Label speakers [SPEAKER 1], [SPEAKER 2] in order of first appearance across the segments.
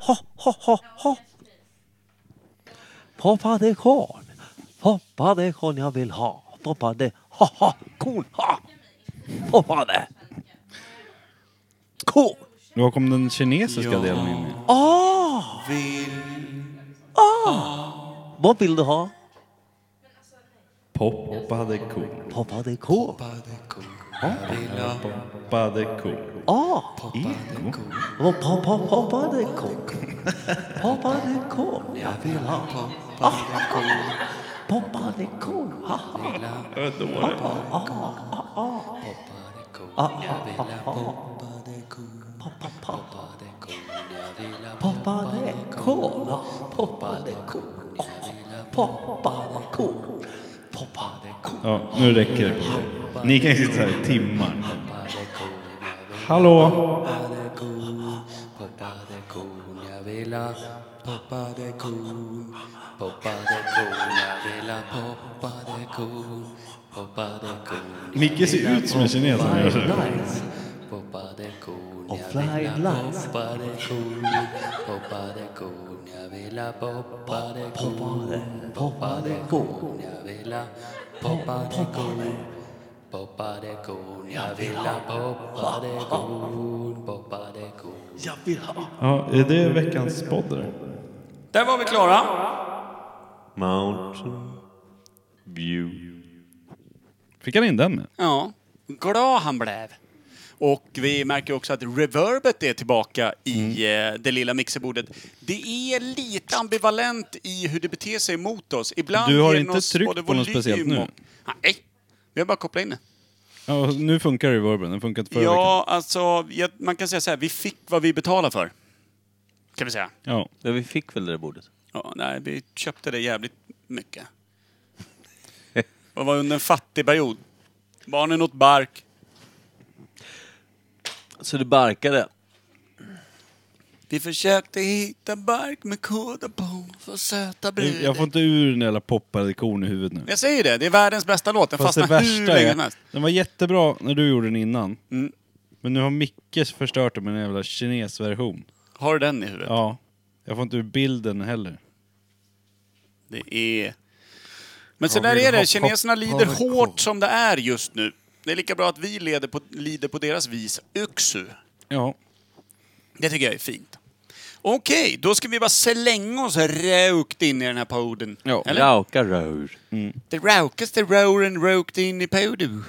[SPEAKER 1] ha, ha, ha, ha. Poppa det korn, poppa det korn jag vill ha. Poppa det, ha, ha, korn, ha. Poppa det. Korn.
[SPEAKER 2] Var kom den kinesiska
[SPEAKER 3] Ja.
[SPEAKER 2] delen in i?
[SPEAKER 1] Ah,
[SPEAKER 3] Vill
[SPEAKER 1] vad vill du ha?
[SPEAKER 2] Poppade korn.
[SPEAKER 1] Poppa det korn.
[SPEAKER 3] badeko. Vill ha
[SPEAKER 2] Poppade korn.
[SPEAKER 1] Ah,
[SPEAKER 3] badeko.
[SPEAKER 1] vad pa- pa- poppa det korn. Poppa det korn jag vill ha.
[SPEAKER 3] Badeko.
[SPEAKER 1] Poppa det korn, ha, ha.
[SPEAKER 3] Vill ha
[SPEAKER 2] Jag vet inte vad det är.
[SPEAKER 3] badeko.
[SPEAKER 1] Ah,
[SPEAKER 3] Jag vill ha badeko.
[SPEAKER 1] Poppa, poppa.
[SPEAKER 3] Badeko. Jag vill ha
[SPEAKER 1] Poppa det cola, poppa det cola, poppa det cola, poppa det cola.
[SPEAKER 2] Ja, nu räcker det. Ni kan ju sitta här i timmar.
[SPEAKER 3] badeko.
[SPEAKER 2] Hallå?
[SPEAKER 3] Badeko. Badeko. Jag vill ha badeko. Badeko. Jag vill ha badeko. Badeko.
[SPEAKER 2] Micke ser ut som en kines när han gör så.
[SPEAKER 1] Nice.
[SPEAKER 3] Hoppade kon,
[SPEAKER 1] Och
[SPEAKER 3] jag
[SPEAKER 1] fly
[SPEAKER 3] ville
[SPEAKER 1] lights.
[SPEAKER 3] hoppade kon Hoppade kon, jag ville poppade kon
[SPEAKER 1] Poppade,
[SPEAKER 3] Poppade
[SPEAKER 1] poppade
[SPEAKER 3] kon, jag ville poppade kon Poppade kon, jag ville poppade kon Poppade kon
[SPEAKER 1] Jag vill ha.
[SPEAKER 2] Ja, är det veckans podd eller?
[SPEAKER 3] Där var vi klara!
[SPEAKER 1] Mountain view.
[SPEAKER 2] Fick han in den med?
[SPEAKER 4] Ja, glad han blev. Och vi märker också att reverbet är tillbaka i
[SPEAKER 2] Mm.
[SPEAKER 4] eh, det lilla mixerbordet. Det är lite ambivalent i hur det beter sig mot oss. Ibland
[SPEAKER 2] Du har
[SPEAKER 4] ger den
[SPEAKER 2] inte
[SPEAKER 4] oss
[SPEAKER 2] tryckt
[SPEAKER 4] både
[SPEAKER 2] på något
[SPEAKER 4] volym
[SPEAKER 2] speciellt nu?
[SPEAKER 4] och- Nej, vi har bara kopplat in det.
[SPEAKER 2] Ja, och nu funkar reverben. Den funkade förra
[SPEAKER 4] Ja, alltså, jag, man kan säga så här, vi fick vad vi betalade för. Kan vi säga.
[SPEAKER 2] veckan. Ja.
[SPEAKER 1] Ja, vi fick väl det där bordet?
[SPEAKER 4] Ja, nej, vi köpte det jävligt mycket. Det var under en fattig period. Barnen åt bark.
[SPEAKER 1] Så det barkade.
[SPEAKER 4] Vi försökte hitta bark med kodar på för söta brödet.
[SPEAKER 2] Jag får inte ur den jävla poppade korn i huvudet nu.
[SPEAKER 4] Jag säger det, det är världens bästa låt. Den
[SPEAKER 2] Fast det
[SPEAKER 4] fastnar hur
[SPEAKER 2] värsta
[SPEAKER 4] länge som
[SPEAKER 2] är,
[SPEAKER 4] helst.
[SPEAKER 2] den var jättebra när du gjorde den innan.
[SPEAKER 4] Mm.
[SPEAKER 2] Men nu har Micke förstört den med en jävla kinesversion.
[SPEAKER 4] Har du den i huvudet?
[SPEAKER 2] Ja. Jag får inte ur bilden heller.
[SPEAKER 4] Det är... Men så där är det, kineserna lider hårt som det är just nu. Det är lika bra att vi leder på, lider på deras vis. Uxu.
[SPEAKER 2] Ja.
[SPEAKER 4] Det tycker jag är fint. Okej, då ska vi bara slänga oss rökt in i den här podden.
[SPEAKER 2] Ja.
[SPEAKER 4] Eller?
[SPEAKER 1] Rauka rör.
[SPEAKER 4] Det rökaste rören rökt in i podden.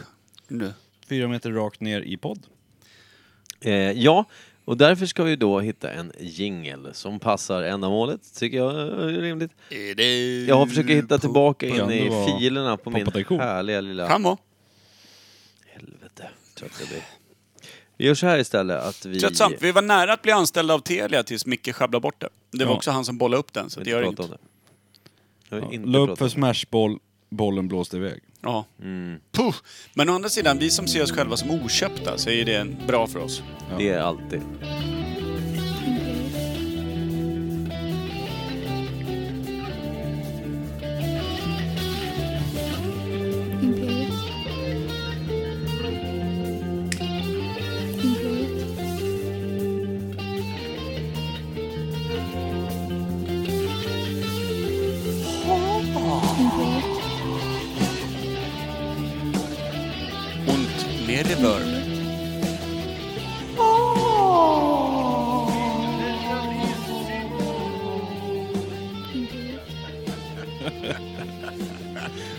[SPEAKER 4] Nu.
[SPEAKER 2] Fyra meter rakt ner i podd.
[SPEAKER 1] Eh, ja, och därför ska vi då hitta en jingel som passar ändamålet, tycker jag är rimligt.
[SPEAKER 4] Är det-
[SPEAKER 1] Jag försöker hitta tillbaka in
[SPEAKER 2] ändå
[SPEAKER 1] i
[SPEAKER 2] vara
[SPEAKER 1] filerna på min
[SPEAKER 2] poppat ikon.
[SPEAKER 1] härliga lilla...
[SPEAKER 4] Fram
[SPEAKER 1] Helvete, trött jag blir. Vi gör så här istället att vi...
[SPEAKER 4] Tröttsamt. Vi var nära att bli anställda av Telia tills Micke sjabblade bort det. Det var
[SPEAKER 2] Ja.
[SPEAKER 4] också han som bollade upp den, så
[SPEAKER 1] Vi
[SPEAKER 4] det
[SPEAKER 1] inte
[SPEAKER 4] gör
[SPEAKER 1] prata
[SPEAKER 4] inget.
[SPEAKER 1] om det. Jag vill
[SPEAKER 2] La
[SPEAKER 1] inte
[SPEAKER 2] upp
[SPEAKER 1] prata
[SPEAKER 2] för
[SPEAKER 1] om det.
[SPEAKER 2] smashboll, bollen blåste iväg.
[SPEAKER 4] Ja.
[SPEAKER 1] Mm.
[SPEAKER 4] Puh. Men å andra sidan, vi som ser oss själva som oköpta, så är det en- bra för oss.
[SPEAKER 1] Det är alltid.
[SPEAKER 5] Imperiet. Imperiet. Imperiet.
[SPEAKER 4] Ont med reverb.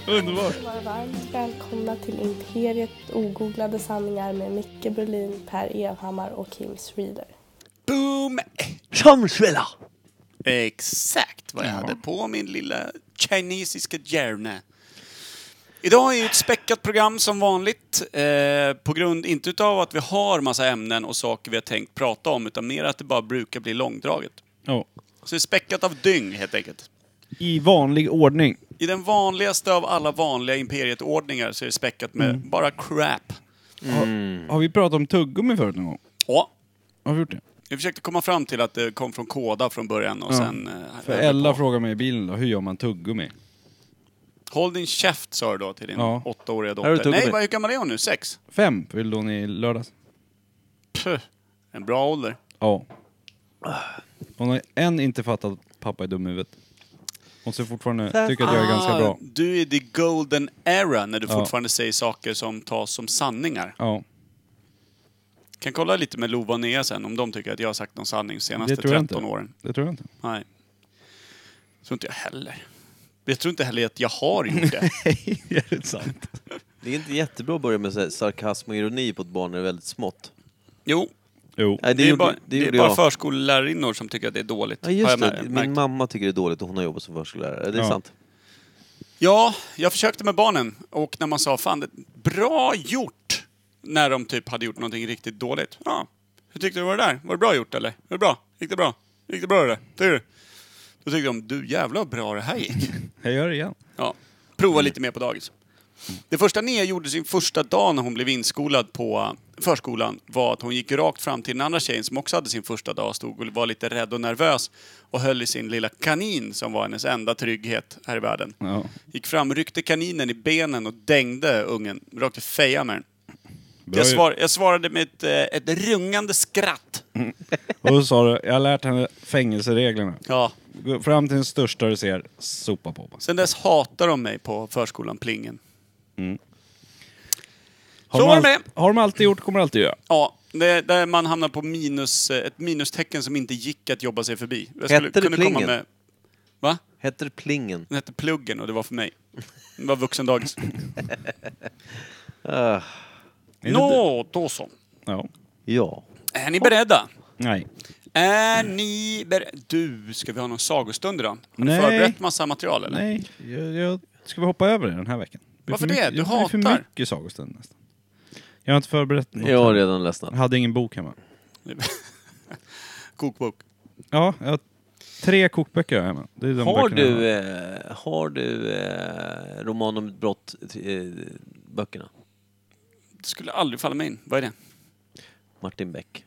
[SPEAKER 2] Underbart!
[SPEAKER 6] vara varmt välkomna till Imperiet ogooglade sanningar med Micke Berlin, Per Evhammar och Kim Schreeder.
[SPEAKER 4] Boom!
[SPEAKER 1] Samsvela!
[SPEAKER 4] Exakt vad jag hade på min lilla kinesiska hjärna. Idag är ju ett späckat program som vanligt. Eh, på grund, inte utav att vi har massa ämnen och saker vi har tänkt prata om, utan mer att det bara brukar bli långdraget.
[SPEAKER 2] Ja.
[SPEAKER 4] Så det är späckat av dyng, helt enkelt.
[SPEAKER 2] I vanlig ordning.
[SPEAKER 4] I den vanligaste av alla vanliga imperietordningar så är det späckat med
[SPEAKER 2] Mm.
[SPEAKER 4] bara crap.
[SPEAKER 2] Har, har vi pratat om tuggummi förut någon gång?
[SPEAKER 4] Ja,
[SPEAKER 2] Har vi gjort det?
[SPEAKER 4] jag försökte komma fram till att det kom från Koda från början och
[SPEAKER 2] Ja.
[SPEAKER 4] sen... eh,
[SPEAKER 2] För Ella frågade mig i bilen då, hur gör man tuggummi?
[SPEAKER 4] Håll din käft, sa du då till din
[SPEAKER 2] Ja.
[SPEAKER 4] åttaåriga
[SPEAKER 1] Här har du
[SPEAKER 4] dotter.
[SPEAKER 1] tuggummi.
[SPEAKER 4] Nej, vad hur gammal är hon nu? Sex?
[SPEAKER 2] Fem fyllde hon i lördags.
[SPEAKER 4] Puh. En bra ålder.
[SPEAKER 2] Ja. Hon har än inte fattat att pappa är dum i huvudet. Hon ser fortfarande, tycker att jag är ganska bra.
[SPEAKER 4] Ah, Du är the golden era när du
[SPEAKER 2] Ja.
[SPEAKER 4] fortfarande säger saker som tas som sanningar.
[SPEAKER 2] Ja,
[SPEAKER 4] Kan kolla lite med Lova och Nea sen om de tycker att jag har sagt någon sanning de senaste
[SPEAKER 2] det tror jag inte.
[SPEAKER 4] 13 åren.
[SPEAKER 2] Det tror jag inte.
[SPEAKER 4] Nej. tror inte jag heller. Jag tror inte heller att jag har gjort det.
[SPEAKER 2] är det sant?
[SPEAKER 1] Det är inte jättebra att börja med så här sarkasm och ironi på ett barn när det är väldigt smått.
[SPEAKER 4] Jo,
[SPEAKER 2] Jo.
[SPEAKER 1] Nej,
[SPEAKER 4] det, är bara, det är
[SPEAKER 1] gjorde
[SPEAKER 4] bara
[SPEAKER 1] jag.
[SPEAKER 4] förskollärarinnor som tycker att det är dåligt.
[SPEAKER 1] Ja,
[SPEAKER 4] har
[SPEAKER 1] just
[SPEAKER 4] jag
[SPEAKER 1] det.
[SPEAKER 4] mär- märkt.
[SPEAKER 1] Min mamma tycker det är dåligt och hon har jobbat som förskollärare. Det är
[SPEAKER 2] Ja.
[SPEAKER 1] sant.
[SPEAKER 4] Ja, jag försökte med barnen och när man sa fan, det bra gjort! När de typ hade gjort någonting riktigt dåligt. Ja, hur tyckte du var det där? Var det bra gjort eller? Var det bra? Gick det bra? Gick det bra det? Tycker du? Då tyckte de, du jävlar vad bra det här gick.
[SPEAKER 2] Jag gör det igen.
[SPEAKER 4] Ja, prova lite mer på dagis. Det första Nia gjorde sin första dag när hon blev inskolad på eh, förskolan var att hon gick rakt fram till den andra tjejen som också hade sin första dag, stod och var lite rädd och nervös och höll i sin lilla kanin som var hennes enda trygghet här i världen.
[SPEAKER 2] Ja.
[SPEAKER 4] Gick fram, ryckte kaninen i benen och dängde ungen rakt i fejan med den.
[SPEAKER 2] Bra
[SPEAKER 4] Jag,
[SPEAKER 2] ju.
[SPEAKER 4] svar, jag svarade med ett, eh, ett rungande skratt.
[SPEAKER 2] Mm. Och då sa du, jag har lärt henne fängelsereglerna.
[SPEAKER 4] Ja.
[SPEAKER 2] Gå fram till den största du ser, sopa på.
[SPEAKER 4] Sen dess hatar de mig på förskolan Plingen.
[SPEAKER 2] Har
[SPEAKER 4] Så
[SPEAKER 2] de
[SPEAKER 4] var det
[SPEAKER 2] al- Har de alltid gjort, kommer de alltid göra.
[SPEAKER 4] Ja, det, där man hamnar på minus, eh, ett minustecken som inte gick att jobba sig förbi. Jag
[SPEAKER 1] Hette det Plingen?
[SPEAKER 4] Va?
[SPEAKER 1] Hette det plingen?
[SPEAKER 4] Den hette Pluggen och det var för mig. Det var vuxendagis.
[SPEAKER 1] Ah,
[SPEAKER 2] Är det inte-
[SPEAKER 4] Nå, då så.
[SPEAKER 2] Ja.
[SPEAKER 1] ja.
[SPEAKER 4] Är ni beredda?
[SPEAKER 2] Nej.
[SPEAKER 4] Är ni beredda? Du, ska vi ha någon sagostund idag? Har ni
[SPEAKER 2] Nej.
[SPEAKER 4] förberett massa material eller?
[SPEAKER 2] Nej. Jag, jag, ska vi hoppa över det den här veckan? Det blir
[SPEAKER 4] Varför
[SPEAKER 2] för
[SPEAKER 4] det?
[SPEAKER 2] mycket-
[SPEAKER 4] Du
[SPEAKER 2] blir
[SPEAKER 4] hatar.
[SPEAKER 2] för mycket sagostund nästan. Jag har inte förberett något.
[SPEAKER 1] Jag har
[SPEAKER 2] här.
[SPEAKER 1] redan
[SPEAKER 2] jag
[SPEAKER 1] ledsnat.
[SPEAKER 2] hade ingen bok hemma.
[SPEAKER 4] Kokbok.
[SPEAKER 2] Ja, jag har tre kokböcker jag har hemma. Det är de
[SPEAKER 1] Har
[SPEAKER 2] böckerna jag
[SPEAKER 1] du, eh, har du eh, roman om brott eh, böckerna?
[SPEAKER 4] Det skulle aldrig falla mig in. Vad är det?
[SPEAKER 1] Martin Beck.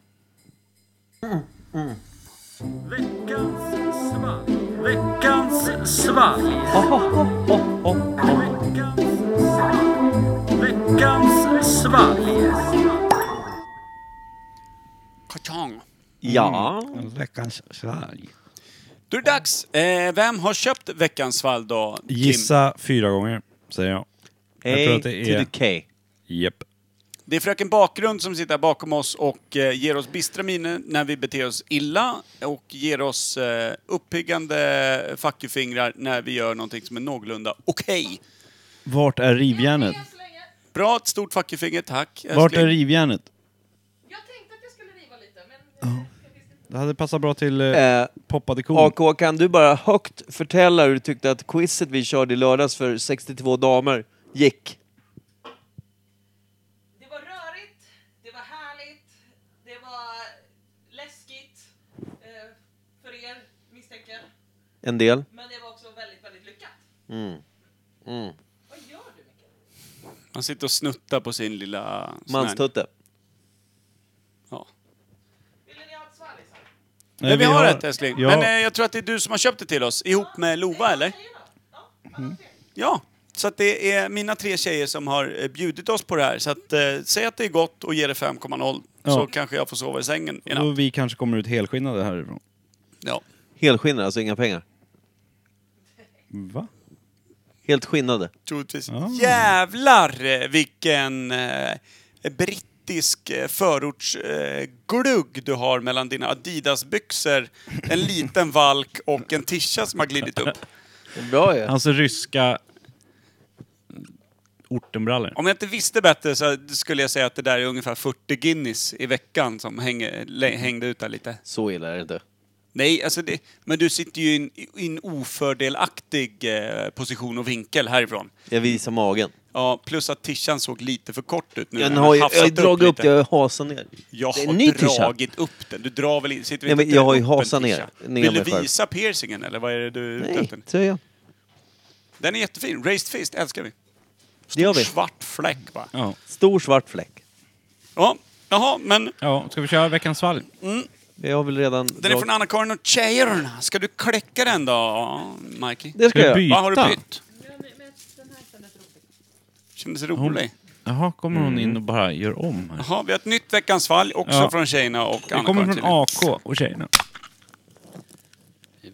[SPEAKER 4] Kartong.
[SPEAKER 1] Ja.
[SPEAKER 2] Veckans svalg.
[SPEAKER 4] Då är det dags. Eh, vem har köpt veckans svalg då? Kim?
[SPEAKER 2] Gissa fyra gånger, säger jag. Jag tror
[SPEAKER 1] A
[SPEAKER 2] att
[SPEAKER 1] to
[SPEAKER 2] det är-
[SPEAKER 1] the K.
[SPEAKER 2] Japp.
[SPEAKER 4] Det är fröken Bakgrund som sitter här bakom oss och eh, ger oss bistra miner när vi beter oss illa och ger oss eh, uppiggande fuck you-fingrar när vi gör någonting som är någorlunda okej.
[SPEAKER 2] Vart är rivjärnet?
[SPEAKER 4] Bra, ett stort fuck you-finger, tack.
[SPEAKER 2] Vart
[SPEAKER 4] älskling.
[SPEAKER 2] är rivjärnet?
[SPEAKER 7] Jag tänkte att jag skulle riva lite, men... eh,
[SPEAKER 2] Det hade passat bra till eh,
[SPEAKER 1] Eh,
[SPEAKER 2] poppade korn.
[SPEAKER 1] AK, kan du bara högt förtälla hur du tyckte att quizet vi körde i lördags för 62 damer gick?
[SPEAKER 7] Det var rörigt, det var härligt, det var läskigt eh, för er, misstänker jag.
[SPEAKER 1] En del.
[SPEAKER 7] Men det var också väldigt, väldigt lyckat. Vad gör du, Mikael?
[SPEAKER 4] Han sitter och snuttar på sin lilla... sån här-
[SPEAKER 1] Manstutte.
[SPEAKER 4] Ja.
[SPEAKER 7] Ville ni ha ett svalg? liksom?
[SPEAKER 2] Nej,
[SPEAKER 4] Men vi har ett, älskling.
[SPEAKER 2] Eh, Ja.
[SPEAKER 4] Men eh, jag tror att det är du som har köpt det till oss, ihop med Lova, eller? Ja. Så att det är mina tre tjejer som har eh, bjudit oss på det här. Så att, eh, säg att det är gott och ge det 5,0. Så
[SPEAKER 2] Ja.
[SPEAKER 4] kanske jag får sova i sängen i
[SPEAKER 2] Och
[SPEAKER 4] natt.
[SPEAKER 2] vi kanske kommer ut helskinnade härifrån.
[SPEAKER 4] Ja.
[SPEAKER 1] Helskinnade, alltså inga pengar.
[SPEAKER 2] Va?
[SPEAKER 1] Helt skinnade.
[SPEAKER 4] Troligtvis.
[SPEAKER 2] Ah.
[SPEAKER 4] Jävlar eh, vilken eh, brittisk eh, förortsglugg eh, glugg du har mellan dina Adidas-byxor, en liten valk och en tischa som har glidit upp.
[SPEAKER 1] Bra ju.
[SPEAKER 2] Alltså ryska ortenbrallor.
[SPEAKER 4] Om jag inte visste bättre så skulle jag säga att det där är ungefär 40 guinness i veckan som hänger, lä- hängde ut där lite.
[SPEAKER 1] Så illa är det inte.
[SPEAKER 4] Nej, alltså det, men du sitter ju i en, i en ofördelaktig eh, position och vinkel härifrån.
[SPEAKER 1] Jag visar magen.
[SPEAKER 4] Ja, plus att tishan såg lite för kort ut nu.
[SPEAKER 1] Jag
[SPEAKER 4] Den
[SPEAKER 1] har ju,
[SPEAKER 4] hafsat
[SPEAKER 1] jag har dragit upp
[SPEAKER 4] lite.
[SPEAKER 1] det, jag har hasat ner.
[SPEAKER 4] Jag
[SPEAKER 1] Det är
[SPEAKER 4] har
[SPEAKER 1] en ny tisha.
[SPEAKER 4] dragit upp den. Du drar väl in... Sitter vi
[SPEAKER 1] Nej, men
[SPEAKER 4] inte
[SPEAKER 1] jag har ju
[SPEAKER 4] upp en
[SPEAKER 1] hasat ner-
[SPEAKER 4] tisha?
[SPEAKER 1] ner
[SPEAKER 4] Vill du
[SPEAKER 1] mig själv.
[SPEAKER 4] visa piercingen eller vad är det du är ute
[SPEAKER 1] Nej,
[SPEAKER 4] efter?
[SPEAKER 1] tröja.
[SPEAKER 4] Den är jättefin. Raised Fist älskar vi.
[SPEAKER 1] Det gör vi.
[SPEAKER 4] Svart fläck va?
[SPEAKER 2] Ja.
[SPEAKER 1] Stor svart fläck.
[SPEAKER 4] Ja, jaha, men
[SPEAKER 2] ja, ska vi köra veckans svalg?
[SPEAKER 1] Jag har väl redan...
[SPEAKER 4] den är från Anna-Karin och tjejerna. Ska du kläcka den då, Mikey?
[SPEAKER 1] Det ska
[SPEAKER 2] Ska vi
[SPEAKER 1] jag
[SPEAKER 2] byta?
[SPEAKER 1] göra.
[SPEAKER 4] Vad har du bytt?
[SPEAKER 7] Den här
[SPEAKER 4] Kändes
[SPEAKER 7] kändes rolig.
[SPEAKER 4] rolig.
[SPEAKER 2] Jaha, kommer hon in och
[SPEAKER 4] Mm.
[SPEAKER 2] bara gör om här?
[SPEAKER 4] Jaha, vi har ett nytt Veckans fall också
[SPEAKER 2] Ja.
[SPEAKER 4] från tjejerna och
[SPEAKER 2] Det kommer
[SPEAKER 4] Anna-Karin
[SPEAKER 2] från
[SPEAKER 4] tydligen.
[SPEAKER 2] AK och tjejerna.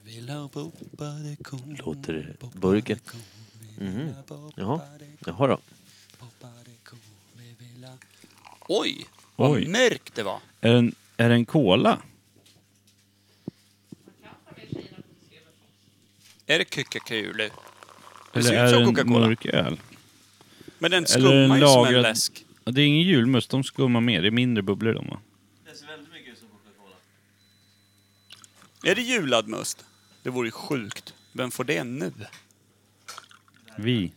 [SPEAKER 3] Villa poppa de kon.
[SPEAKER 1] Låter det- burken. Mhm. Jaha. Jaha då.
[SPEAKER 4] Oj, vad
[SPEAKER 2] Oj.
[SPEAKER 4] mörkt det var.
[SPEAKER 2] Är det en, är det en cola?
[SPEAKER 4] Är det kuckakule? Det
[SPEAKER 2] Eller
[SPEAKER 4] ser
[SPEAKER 2] är
[SPEAKER 4] ut
[SPEAKER 2] det
[SPEAKER 4] som
[SPEAKER 2] en
[SPEAKER 4] Coca-Cola.
[SPEAKER 2] mörk öl?
[SPEAKER 4] Men
[SPEAKER 2] Eller
[SPEAKER 4] den
[SPEAKER 2] en
[SPEAKER 4] skummar ju som en
[SPEAKER 2] lagrad-
[SPEAKER 4] läsk.
[SPEAKER 2] Ja, Det är ingen julmust, de skummar mer. Det är mindre bubblor de va?
[SPEAKER 4] Är det julad must? Det vore ju sjukt. Vem får det nu?
[SPEAKER 2] Vi.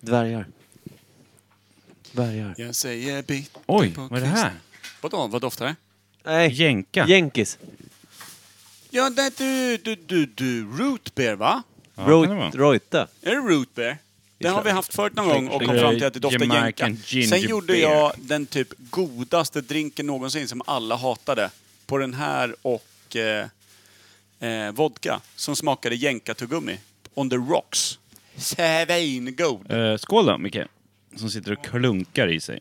[SPEAKER 1] Dvärgar. Dvärgar.
[SPEAKER 4] Jag säger bitter
[SPEAKER 2] Oj,
[SPEAKER 4] på
[SPEAKER 2] vad är det
[SPEAKER 4] kvist.
[SPEAKER 2] här?
[SPEAKER 4] Vadå, vad doftar det?
[SPEAKER 1] Nej,
[SPEAKER 2] Jänka.
[SPEAKER 1] jänkis.
[SPEAKER 4] Ja, det du, du, du, du, root beer va?
[SPEAKER 2] Ja,
[SPEAKER 1] Ro-
[SPEAKER 2] kan det vara.
[SPEAKER 1] Rojta.
[SPEAKER 4] Är det root beer? Den har vi haft förut någon gång och kom
[SPEAKER 2] Eh,
[SPEAKER 4] fram till att det doftar
[SPEAKER 2] Jamaican
[SPEAKER 4] jänka.
[SPEAKER 2] ginger
[SPEAKER 4] Sen gjorde
[SPEAKER 2] beer.
[SPEAKER 4] jag den typ godaste drinken någonsin som alla hatade. På den här och eh, eh, vodka. Som smakade jänka-tuggummi. On the rocks. Svingod.
[SPEAKER 2] Eh, skål då, Micke. Som sitter och klunkar i sig.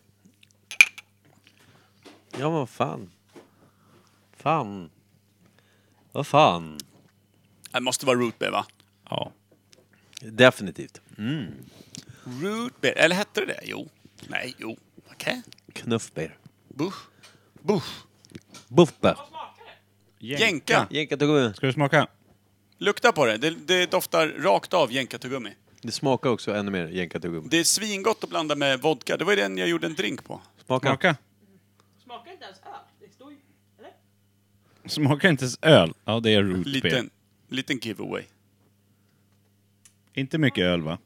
[SPEAKER 1] Ja, men vad fan. Fan. Vad fan.
[SPEAKER 4] Det måste vara root beer va?
[SPEAKER 2] Ja.
[SPEAKER 1] Definitivt.
[SPEAKER 4] Root beer. Eller hette det det? Jo. Nej, jo. Okej.
[SPEAKER 1] Knuffbeer.
[SPEAKER 4] Bush. Bush.
[SPEAKER 1] Buffbe.
[SPEAKER 4] Jänka.
[SPEAKER 1] Jänka tog med.
[SPEAKER 2] Ska du smaka?
[SPEAKER 4] Lukta på det. Det, det doftar rakt av jänka-tuggummi.
[SPEAKER 1] Det smakar också ännu mer jänka tuggummi.
[SPEAKER 4] Det är svingott att blanda med vodka. Det var ju den jag gjorde en drink på.
[SPEAKER 1] Smaka.
[SPEAKER 2] Smaka.
[SPEAKER 7] Smakar inte ens öl. Det står ju... Eller?
[SPEAKER 2] Smaka inte ens öl. Ja, det är root beer.
[SPEAKER 4] Liten, liten giveaway.
[SPEAKER 2] Inte mycket öl va?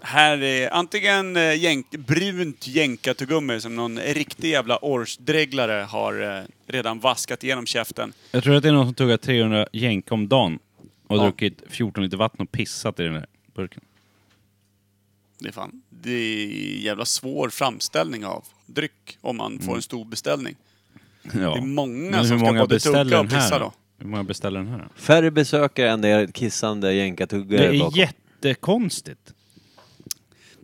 [SPEAKER 4] Här är antingen eh, jänk, brunt jänka-tuggummi som någon riktig jävla årsdreglare har eh, redan vaskat igenom käften.
[SPEAKER 2] Jag tror att det är någon som tuggar 300 jänk om dagen och
[SPEAKER 4] Ja.
[SPEAKER 2] druckit 14 liter vatten och pissat i den där burken.
[SPEAKER 4] Det är fan, det är jävla svår framställning av dryck om man får en stor beställning.
[SPEAKER 2] Mm. Ja.
[SPEAKER 4] Det är många
[SPEAKER 2] Men
[SPEAKER 4] som ska både tugga och
[SPEAKER 2] den här
[SPEAKER 4] pissa då.
[SPEAKER 2] Hur många beställer den här då?
[SPEAKER 1] Färre besökare än det är kissande
[SPEAKER 2] Det
[SPEAKER 1] jänkartuggare
[SPEAKER 2] är
[SPEAKER 1] bakom.
[SPEAKER 2] jättekonstigt.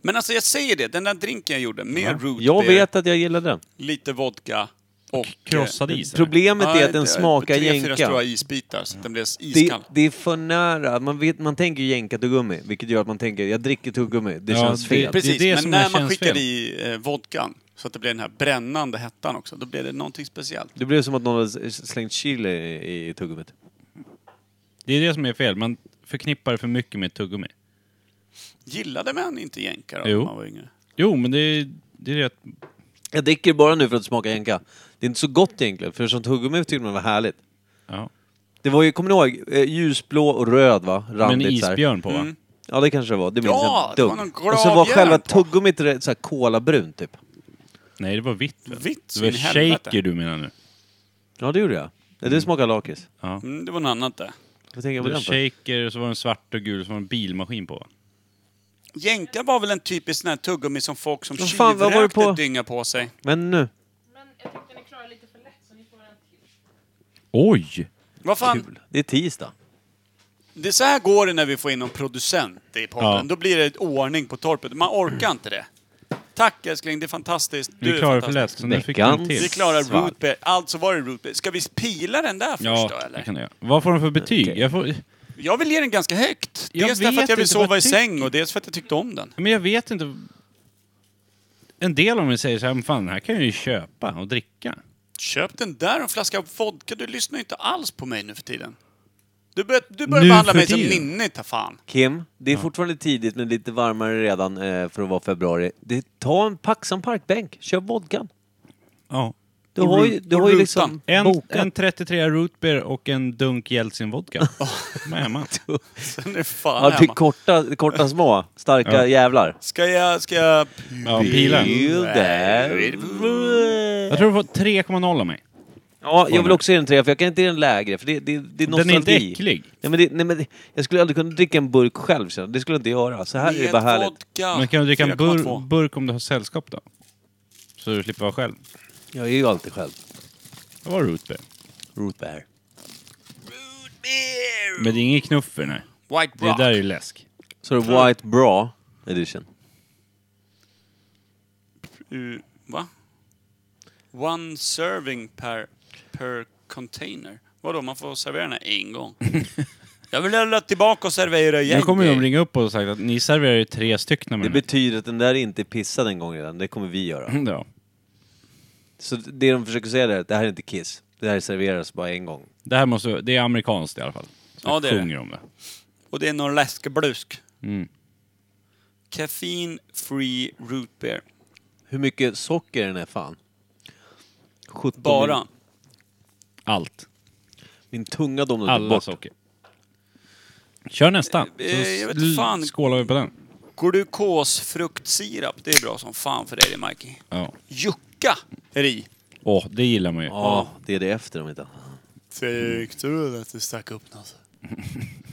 [SPEAKER 4] Men alltså jag säger det, den där drinken jag gjorde med root
[SPEAKER 1] Jag
[SPEAKER 4] beer,
[SPEAKER 1] vet att jag gillar den.
[SPEAKER 4] lite vodka och... eh,
[SPEAKER 2] Krossad is. eller?
[SPEAKER 1] Problemet är att den smakar
[SPEAKER 4] jänka. Tre, fyra
[SPEAKER 1] jänka.
[SPEAKER 4] stora isbitar så att den blev
[SPEAKER 1] Det,
[SPEAKER 4] iskall.
[SPEAKER 1] det är för nära. Man, vet, man tänker ju jänka tuggummi, vilket gör att man tänker jag dricker tuggummi. Det
[SPEAKER 2] Ja,
[SPEAKER 1] känns
[SPEAKER 2] det-
[SPEAKER 1] fel.
[SPEAKER 4] Precis,
[SPEAKER 2] det
[SPEAKER 4] men
[SPEAKER 2] som
[SPEAKER 4] när
[SPEAKER 2] känns
[SPEAKER 4] man skickade
[SPEAKER 2] fel.
[SPEAKER 4] i eh, vodkan så att det blev den här brännande hettan också, då blev det någonting speciellt.
[SPEAKER 1] Det blev som att någon hade s- slängt chili i, i tuggummit.
[SPEAKER 2] Det är det som är fel. Man förknippar för mycket med tuggummi.
[SPEAKER 4] Gillade man inte jänkar då,
[SPEAKER 2] Jo.
[SPEAKER 4] när man var yngre?
[SPEAKER 2] Jo, men det är, det är rätt...
[SPEAKER 1] Jag dricker bara nu för att smaka jänka. Det är inte så gott egentligen, för som tuggummi tyckte man var härligt.
[SPEAKER 2] Ja.
[SPEAKER 1] Det var ju, kommer ni ihåg, eh, ljusblå och röd va?
[SPEAKER 2] Men
[SPEAKER 1] Randigt så här.
[SPEAKER 2] isbjörn på va?
[SPEAKER 4] Mm.
[SPEAKER 1] Ja det kanske det var, det minns
[SPEAKER 4] Ja,
[SPEAKER 1] jag
[SPEAKER 4] det
[SPEAKER 1] dumt.
[SPEAKER 4] var någon glav
[SPEAKER 1] Och så var
[SPEAKER 4] järn
[SPEAKER 1] själva
[SPEAKER 4] på.
[SPEAKER 1] tuggummit rätt så här kolabrunt typ.
[SPEAKER 2] Nej, det var vitt. väl?
[SPEAKER 4] Vitt,
[SPEAKER 2] Det
[SPEAKER 4] så
[SPEAKER 2] var
[SPEAKER 4] in i helvete.
[SPEAKER 2] shaker du menar nu.
[SPEAKER 1] Ja det gjorde jag. Ja, det smakar lakrits.
[SPEAKER 2] Ja.
[SPEAKER 4] Mm, det var något annat det.
[SPEAKER 1] Vad tänker jag på
[SPEAKER 2] Det var
[SPEAKER 1] den för?
[SPEAKER 2] shaker, och så var den svart och gul, och så var det en bilmaskin på va?
[SPEAKER 4] Jänkar var väl en typisk sån här tuggummi som folk som
[SPEAKER 1] Vad fan, vad var det
[SPEAKER 4] tjuvräkte
[SPEAKER 1] på?
[SPEAKER 4] dynga på sig.
[SPEAKER 1] Men nu.
[SPEAKER 7] Men jag tyckte ni klarade lite för lätt så ni får en till.
[SPEAKER 2] Oj!
[SPEAKER 4] Vad fan,
[SPEAKER 1] Kul. Det är tisdag.
[SPEAKER 4] det så här går det när vi får in någon producent i podden.
[SPEAKER 2] Ja.
[SPEAKER 4] Då blir det ett ordning på torpet. Man orkar inte det. Tack älskling, det är fantastiskt. Du
[SPEAKER 2] Vi klarar för lätt, så nu fick vi en
[SPEAKER 1] Veckans-
[SPEAKER 2] till.
[SPEAKER 4] Vi klarar
[SPEAKER 1] Svalg.
[SPEAKER 4] root beer. Alltså var det root beer. Ska vi pila den där först då
[SPEAKER 2] Ja, det
[SPEAKER 4] eller?
[SPEAKER 2] kan jag göra. Vad får de för betyg?
[SPEAKER 1] Okej.
[SPEAKER 2] Jag får...
[SPEAKER 4] Jag vill ge den ganska högt.
[SPEAKER 2] Jag
[SPEAKER 4] dels därför
[SPEAKER 2] vet
[SPEAKER 4] att jag vill
[SPEAKER 2] inte vad
[SPEAKER 4] sova i
[SPEAKER 2] jag
[SPEAKER 4] säng och dels för att jag tyckte om den.
[SPEAKER 2] Men jag vet inte. En del av mig säger så här, "Men fan den här kan jag ju köpa och dricka.
[SPEAKER 4] Köp den där och en flaska vodka. Du lyssnar ju inte alls på mig nu för tiden. Du börjar, du börjar
[SPEAKER 2] Nu
[SPEAKER 4] behandla
[SPEAKER 2] för
[SPEAKER 4] mig som
[SPEAKER 2] tiden?
[SPEAKER 4] ninne, ta fan.
[SPEAKER 1] Kim, det är fortfarande tidigt men lite varmare redan eh, för att vara februari. Det, ta en Paxan Parkbänk, köp vodkan.
[SPEAKER 2] Ja.
[SPEAKER 1] Du
[SPEAKER 4] Och
[SPEAKER 1] har
[SPEAKER 4] ru-
[SPEAKER 1] ju, du
[SPEAKER 4] och
[SPEAKER 1] har ju
[SPEAKER 4] rutan.
[SPEAKER 1] liksom
[SPEAKER 2] En,
[SPEAKER 1] bokat.
[SPEAKER 2] en 33 root beer och en dunk Jeltsin vodka. De är hemma.
[SPEAKER 4] Sen är fan
[SPEAKER 1] Ja, det är
[SPEAKER 4] hemma.
[SPEAKER 1] korta, korta små, starka
[SPEAKER 2] Ja.
[SPEAKER 1] jävlar.
[SPEAKER 4] Ska jag... Ska jag...
[SPEAKER 2] Ja, pilen.
[SPEAKER 1] Feel that.
[SPEAKER 2] Jag tror du får 3,0 av mig.
[SPEAKER 1] Ja, jag vill också ge den tre, för jag kan inte ge den lägre, för det, det, det är nostalgi.
[SPEAKER 2] Den är inte äcklig.
[SPEAKER 1] Nej, men det, nej, men det, jag skulle aldrig kunna dricka en burk själv, så det skulle jag inte göra. Så här är det bara härligt.
[SPEAKER 4] vodka.
[SPEAKER 2] Men kan du dricka en bur
[SPEAKER 4] 4,2.
[SPEAKER 2] burk om du har sällskap då? Så du slipper vara själv.
[SPEAKER 1] Jag är ju alltid själv.
[SPEAKER 2] Det var root beer.
[SPEAKER 1] Root beer.
[SPEAKER 4] Root beer.
[SPEAKER 2] Men det är ingen knuffer nej.
[SPEAKER 4] White
[SPEAKER 2] Det
[SPEAKER 4] Rock.
[SPEAKER 2] där är ju läsk.
[SPEAKER 1] Så det är White Bra edition.
[SPEAKER 4] Uh, va? One serving per, per container. Vadå, man får servera den här en gång? jag vill hälla tillbaka och servera igen.
[SPEAKER 2] Nu kommer de ringa upp och säga att ni serverar ju tre stycken.
[SPEAKER 1] Det
[SPEAKER 2] med den
[SPEAKER 1] betyder att den där inte är pissad en gång redan, det kommer vi göra.
[SPEAKER 2] här." ja.
[SPEAKER 1] Så det de försöker säga där är att det här är inte Kiss. Det här serveras bara en gång.
[SPEAKER 2] Det här måste, det är amerikanskt i alla fall. Så
[SPEAKER 4] Ja, det är det.
[SPEAKER 2] sjunger om det.
[SPEAKER 4] Och det är någon läskeblusk.
[SPEAKER 2] Mm.
[SPEAKER 4] Caffeine free root beer.
[SPEAKER 1] Hur mycket socker den är fan? 17
[SPEAKER 4] Bara.
[SPEAKER 1] Min,
[SPEAKER 2] Allt.
[SPEAKER 1] min tunga domnade
[SPEAKER 2] Alla
[SPEAKER 1] bort.
[SPEAKER 2] socker. Kör nästa. Så
[SPEAKER 4] Eh, jag vet fan.
[SPEAKER 2] skålar vi på den.
[SPEAKER 4] Glukosfruktsirap. Det är bra som fan för dig det, Mikey.
[SPEAKER 2] Ja.
[SPEAKER 4] Jucka är i.
[SPEAKER 2] Åh, det gillar man ju.
[SPEAKER 1] Ja, det är det efter om inte annat.
[SPEAKER 4] Fick du att du stack upp alltså. något?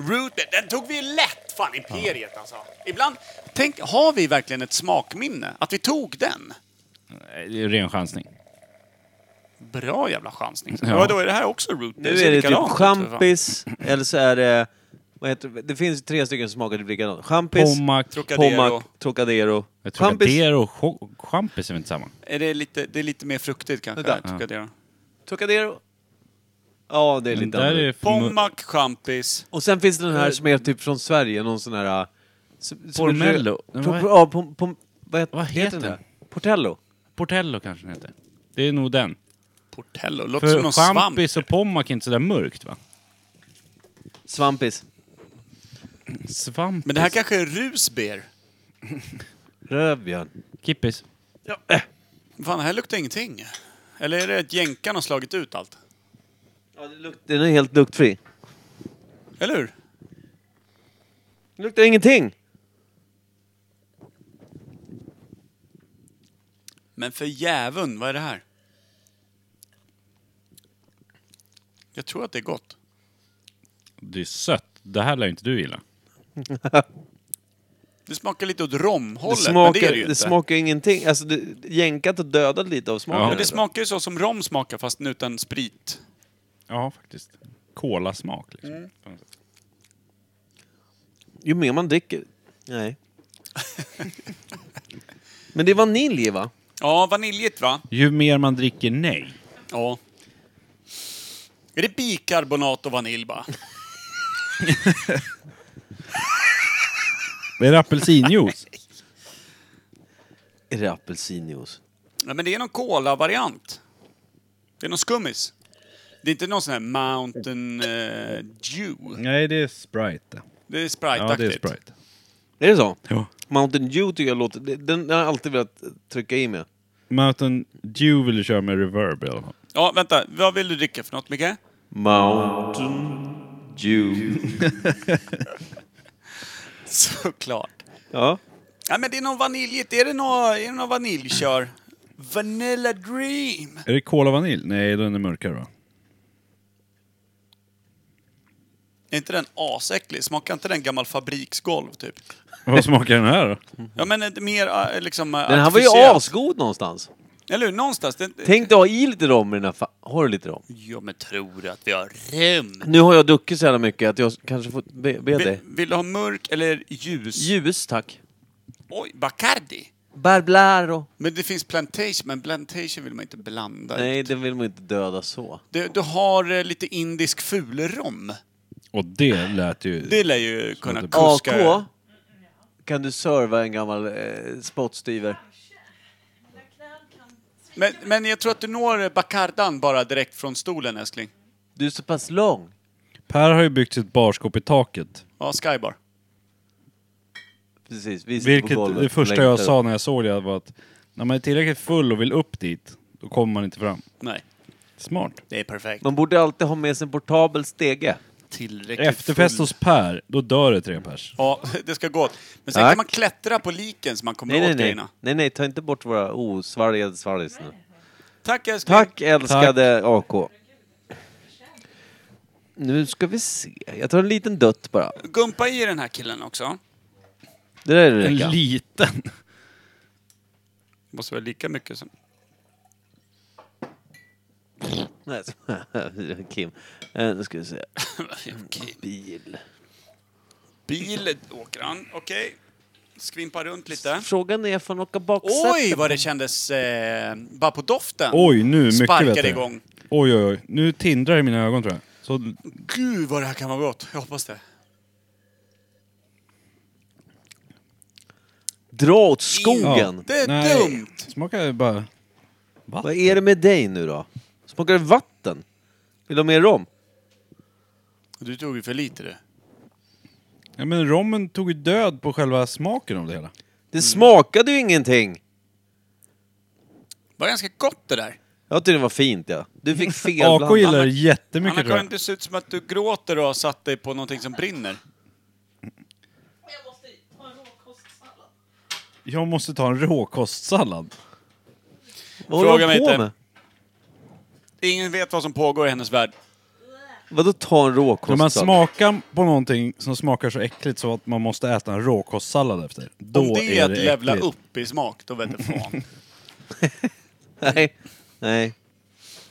[SPEAKER 4] Root beer, den tog vi ju lätt fan Imperiet alltså. Ibland, tänk, har vi verkligen ett smakminne? Att vi tog den?
[SPEAKER 2] Det är ren chansning.
[SPEAKER 4] Bra jävla chansning.
[SPEAKER 2] Ja.
[SPEAKER 4] Ja. Då är det här också root beer?
[SPEAKER 1] Nu
[SPEAKER 4] ser
[SPEAKER 1] är det typ
[SPEAKER 4] likadant ut, för fan.
[SPEAKER 1] champis, eller så är det... Vad heter, det? det finns tre stycken som smakar typ likadant. Champis,
[SPEAKER 2] Pommac.
[SPEAKER 4] Trocadero.
[SPEAKER 1] Pommac, Trocadero.
[SPEAKER 2] Jag tror att
[SPEAKER 1] Champis,
[SPEAKER 2] det och cho- champis är väl inte samma?
[SPEAKER 4] Är det, lite, det är lite mer fruktigt kanske.
[SPEAKER 1] Vänta.
[SPEAKER 4] tycker jag det är.
[SPEAKER 1] Trocadero. Ja, det är
[SPEAKER 2] Den
[SPEAKER 1] lite
[SPEAKER 2] där är
[SPEAKER 1] annorlunda.
[SPEAKER 2] för
[SPEAKER 4] Pommac, champis.
[SPEAKER 1] Och sen finns det den här som är typ från Sverige, någon sån här... äh, som- som är röd-
[SPEAKER 2] Pormello.
[SPEAKER 1] Pro-
[SPEAKER 2] Vad-
[SPEAKER 1] Ja, pom, pom, vad heter,
[SPEAKER 2] Vad heter
[SPEAKER 1] den?
[SPEAKER 2] den?
[SPEAKER 1] där? Portello.
[SPEAKER 2] Portello kanske den heter. Det är nog den.
[SPEAKER 4] Portello, låter som
[SPEAKER 2] För
[SPEAKER 4] någon svamp.
[SPEAKER 2] champis och pommac är inte sådär mörkt va?
[SPEAKER 1] Svampis.
[SPEAKER 2] Svampis.
[SPEAKER 4] Men det här kanske är rusbeer?
[SPEAKER 1] Rödbjörn.
[SPEAKER 2] Kippis.
[SPEAKER 4] Fan, det här luktar ingenting. Eller är det att jänkarna har slagit ut allt?
[SPEAKER 1] Ja, det luk- den är helt luktfri.
[SPEAKER 4] Eller hur?
[SPEAKER 1] Det luktar ingenting!
[SPEAKER 4] Men för jävun, vad är det här? Jag tror att det är gott.
[SPEAKER 2] Det är sött. Det här lär ju inte du gilla.
[SPEAKER 4] Det smakar lite åt romhållet,
[SPEAKER 1] det smakar,
[SPEAKER 4] men det är det ju
[SPEAKER 1] det
[SPEAKER 4] inte.
[SPEAKER 1] smakar ingenting. Alltså, det, jänkat och dödat lite av smaken.
[SPEAKER 2] Ja.
[SPEAKER 4] men det smakar ju så som rom smakar, fast utan sprit.
[SPEAKER 2] Ja, faktiskt. Kolasmak liksom.
[SPEAKER 1] Mm.
[SPEAKER 2] På något sätt.
[SPEAKER 1] Ju mer man dricker... Nej. Men det är vanilj i, va?
[SPEAKER 4] Ja, vaniljigt va?
[SPEAKER 2] Ju mer man dricker nej.
[SPEAKER 4] Ja. Är det bikarbonat och vanilj bara?
[SPEAKER 2] Är det apelsinjuice?
[SPEAKER 1] Är det apelsinjuice?
[SPEAKER 4] Nej, men det är någon cola-variant. Det är någon skummis. Det är inte någon sån här Mountain eh, Dew.
[SPEAKER 2] nej, det är Sprite.
[SPEAKER 4] Det
[SPEAKER 2] Ja,
[SPEAKER 4] är
[SPEAKER 2] det är
[SPEAKER 4] Sprite-aktigt.
[SPEAKER 2] Sprite.
[SPEAKER 1] Är det så?
[SPEAKER 2] Ja.
[SPEAKER 1] Mountain Dew tycker jag låter... det- Den har jag alltid velat trycka i mig.
[SPEAKER 2] Mountain Dew vill du köra med reverb i alla fall.
[SPEAKER 4] ja, vänta. Vad vill du dricka för något, Micke?
[SPEAKER 1] Mountain Dew.
[SPEAKER 4] Såklart.
[SPEAKER 1] Ja.
[SPEAKER 4] Ja, men det är någon vaniljigt. Är det någon, är det någon vaniljkör? Vanilla Dream.
[SPEAKER 2] Är det kola vanilj? Nej, den är mörkare va?
[SPEAKER 4] Är inte den asäcklig? Smakar inte den gammal fabriksgolv, typ?
[SPEAKER 2] Vad smakar den här då?
[SPEAKER 4] Ja, men ett mer eh, liksom... eh,
[SPEAKER 1] Den här var ju
[SPEAKER 4] artificiell.
[SPEAKER 1] asgod någonstans.
[SPEAKER 4] Eller hur? Någonstans. Den,
[SPEAKER 1] Tänk dig ha i lite rom i den här fa- Har du lite rom?
[SPEAKER 4] Ja, men tror du att vi har rum?
[SPEAKER 1] Nu har jag druckit så jävla mycket att jag kanske får be, be
[SPEAKER 4] Vill,
[SPEAKER 1] dig.
[SPEAKER 4] vill du ha mörk eller ljus?
[SPEAKER 1] Ljus, tack.
[SPEAKER 4] Oj, Bacardi!
[SPEAKER 1] Barblaro.
[SPEAKER 4] Men det finns plantation, men plantation vill man inte blanda.
[SPEAKER 1] Nej, den vill man inte döda så.
[SPEAKER 4] Du, du har eh, lite indisk fulrom.
[SPEAKER 2] Och det lät ju...
[SPEAKER 4] Det lär ju kunna
[SPEAKER 2] att
[SPEAKER 1] AK.
[SPEAKER 4] kuska.
[SPEAKER 1] Kan du serva en gammal eh, spottstyver?
[SPEAKER 4] Men, men jag tror att du når eh, Bacardan bara direkt från stolen, älskling.
[SPEAKER 1] Du är så pass lång.
[SPEAKER 2] Per har ju byggt sitt barskåp i taket.
[SPEAKER 4] Ja, Skybar.
[SPEAKER 1] Precis, vi sitter på
[SPEAKER 2] Vilket
[SPEAKER 1] golvet.
[SPEAKER 2] det
[SPEAKER 1] och
[SPEAKER 2] första
[SPEAKER 1] längtar
[SPEAKER 2] jag
[SPEAKER 1] upp.
[SPEAKER 2] sa när jag såg det var att när man är tillräckligt full och vill upp dit, då kommer man inte fram.
[SPEAKER 4] Nej,
[SPEAKER 2] Smart.
[SPEAKER 4] det är perfekt.
[SPEAKER 1] Man borde alltid ha med sig en portabel stege.
[SPEAKER 4] Tillräckligt
[SPEAKER 2] Efterfest
[SPEAKER 4] full.
[SPEAKER 2] hos Per, då dör det tre pers.
[SPEAKER 4] Ja, det ska gå. Men sen
[SPEAKER 1] Tack.
[SPEAKER 4] kan man klättra på liken så man kommer
[SPEAKER 1] Nej,
[SPEAKER 4] åt
[SPEAKER 1] nej, nej.
[SPEAKER 4] grejerna.
[SPEAKER 1] Nej, nej, ta inte bort våra osvalgade svalgis nu.
[SPEAKER 4] Tack älskling.
[SPEAKER 1] Tack älskade AK. Nu ska vi se. Jag tar en liten dutt bara.
[SPEAKER 4] Gumpa i den här killen också.
[SPEAKER 1] Det där är
[SPEAKER 2] En
[SPEAKER 1] Ulrika.
[SPEAKER 2] liten.
[SPEAKER 4] Det måste vara lika mycket som...
[SPEAKER 1] Nej, så- Kim. Eh, Nu ska vi se.
[SPEAKER 4] Okej.
[SPEAKER 1] Bil.
[SPEAKER 4] Bil åker han. Okej. Skvimpar runt lite.
[SPEAKER 1] Frågan är får han åka baksätet?
[SPEAKER 4] Oj, vad det kändes eh, bara på doften.
[SPEAKER 2] Oj, nu mycket
[SPEAKER 4] Sparkade
[SPEAKER 2] vet jag.
[SPEAKER 4] igång.
[SPEAKER 2] Oj, oj, oj. Nu tindrar det i mina ögon tror jag. Så,
[SPEAKER 4] Gud vad det här kan vara gott. Jag hoppas det.
[SPEAKER 1] Dra åt skogen!
[SPEAKER 4] Det är
[SPEAKER 2] Nej.
[SPEAKER 4] dumt!
[SPEAKER 2] smakar bara...
[SPEAKER 1] Vad är det med dig nu då? Smakar det vatten? Vill du ha mer rom?
[SPEAKER 4] Du tog ju för lite det.
[SPEAKER 2] Ja, men rommen tog ju död på själva smaken av det hela.
[SPEAKER 4] Mm.
[SPEAKER 1] Det smakade ju ingenting!
[SPEAKER 4] Det var ganska gott det där.
[SPEAKER 1] Jag tyckte det var fint ja. Du fick fel
[SPEAKER 2] AK
[SPEAKER 1] blandat.
[SPEAKER 2] gillar det jättemycket tror
[SPEAKER 4] Anna-Karin,
[SPEAKER 2] jag.
[SPEAKER 4] det ser ut som att du gråter och har satt dig på någonting som brinner.
[SPEAKER 7] Jag måste ta en råkostsallad.
[SPEAKER 2] Jag måste ta en råkostsallad.
[SPEAKER 1] Vad håller
[SPEAKER 4] Fråga
[SPEAKER 1] de
[SPEAKER 4] mig
[SPEAKER 1] på
[SPEAKER 4] inte.
[SPEAKER 1] med?
[SPEAKER 4] Ingen vet vad som pågår i hennes värld.
[SPEAKER 1] Vadå ta en
[SPEAKER 2] När man
[SPEAKER 1] råkostad?
[SPEAKER 2] smakar på någonting som smakar så äckligt så att man måste äta en råkostsallad efter. Då
[SPEAKER 4] Om det är att
[SPEAKER 2] det
[SPEAKER 4] levla
[SPEAKER 2] äckligt.
[SPEAKER 4] upp i smak, då vet jag fan.
[SPEAKER 1] Nej. Nej.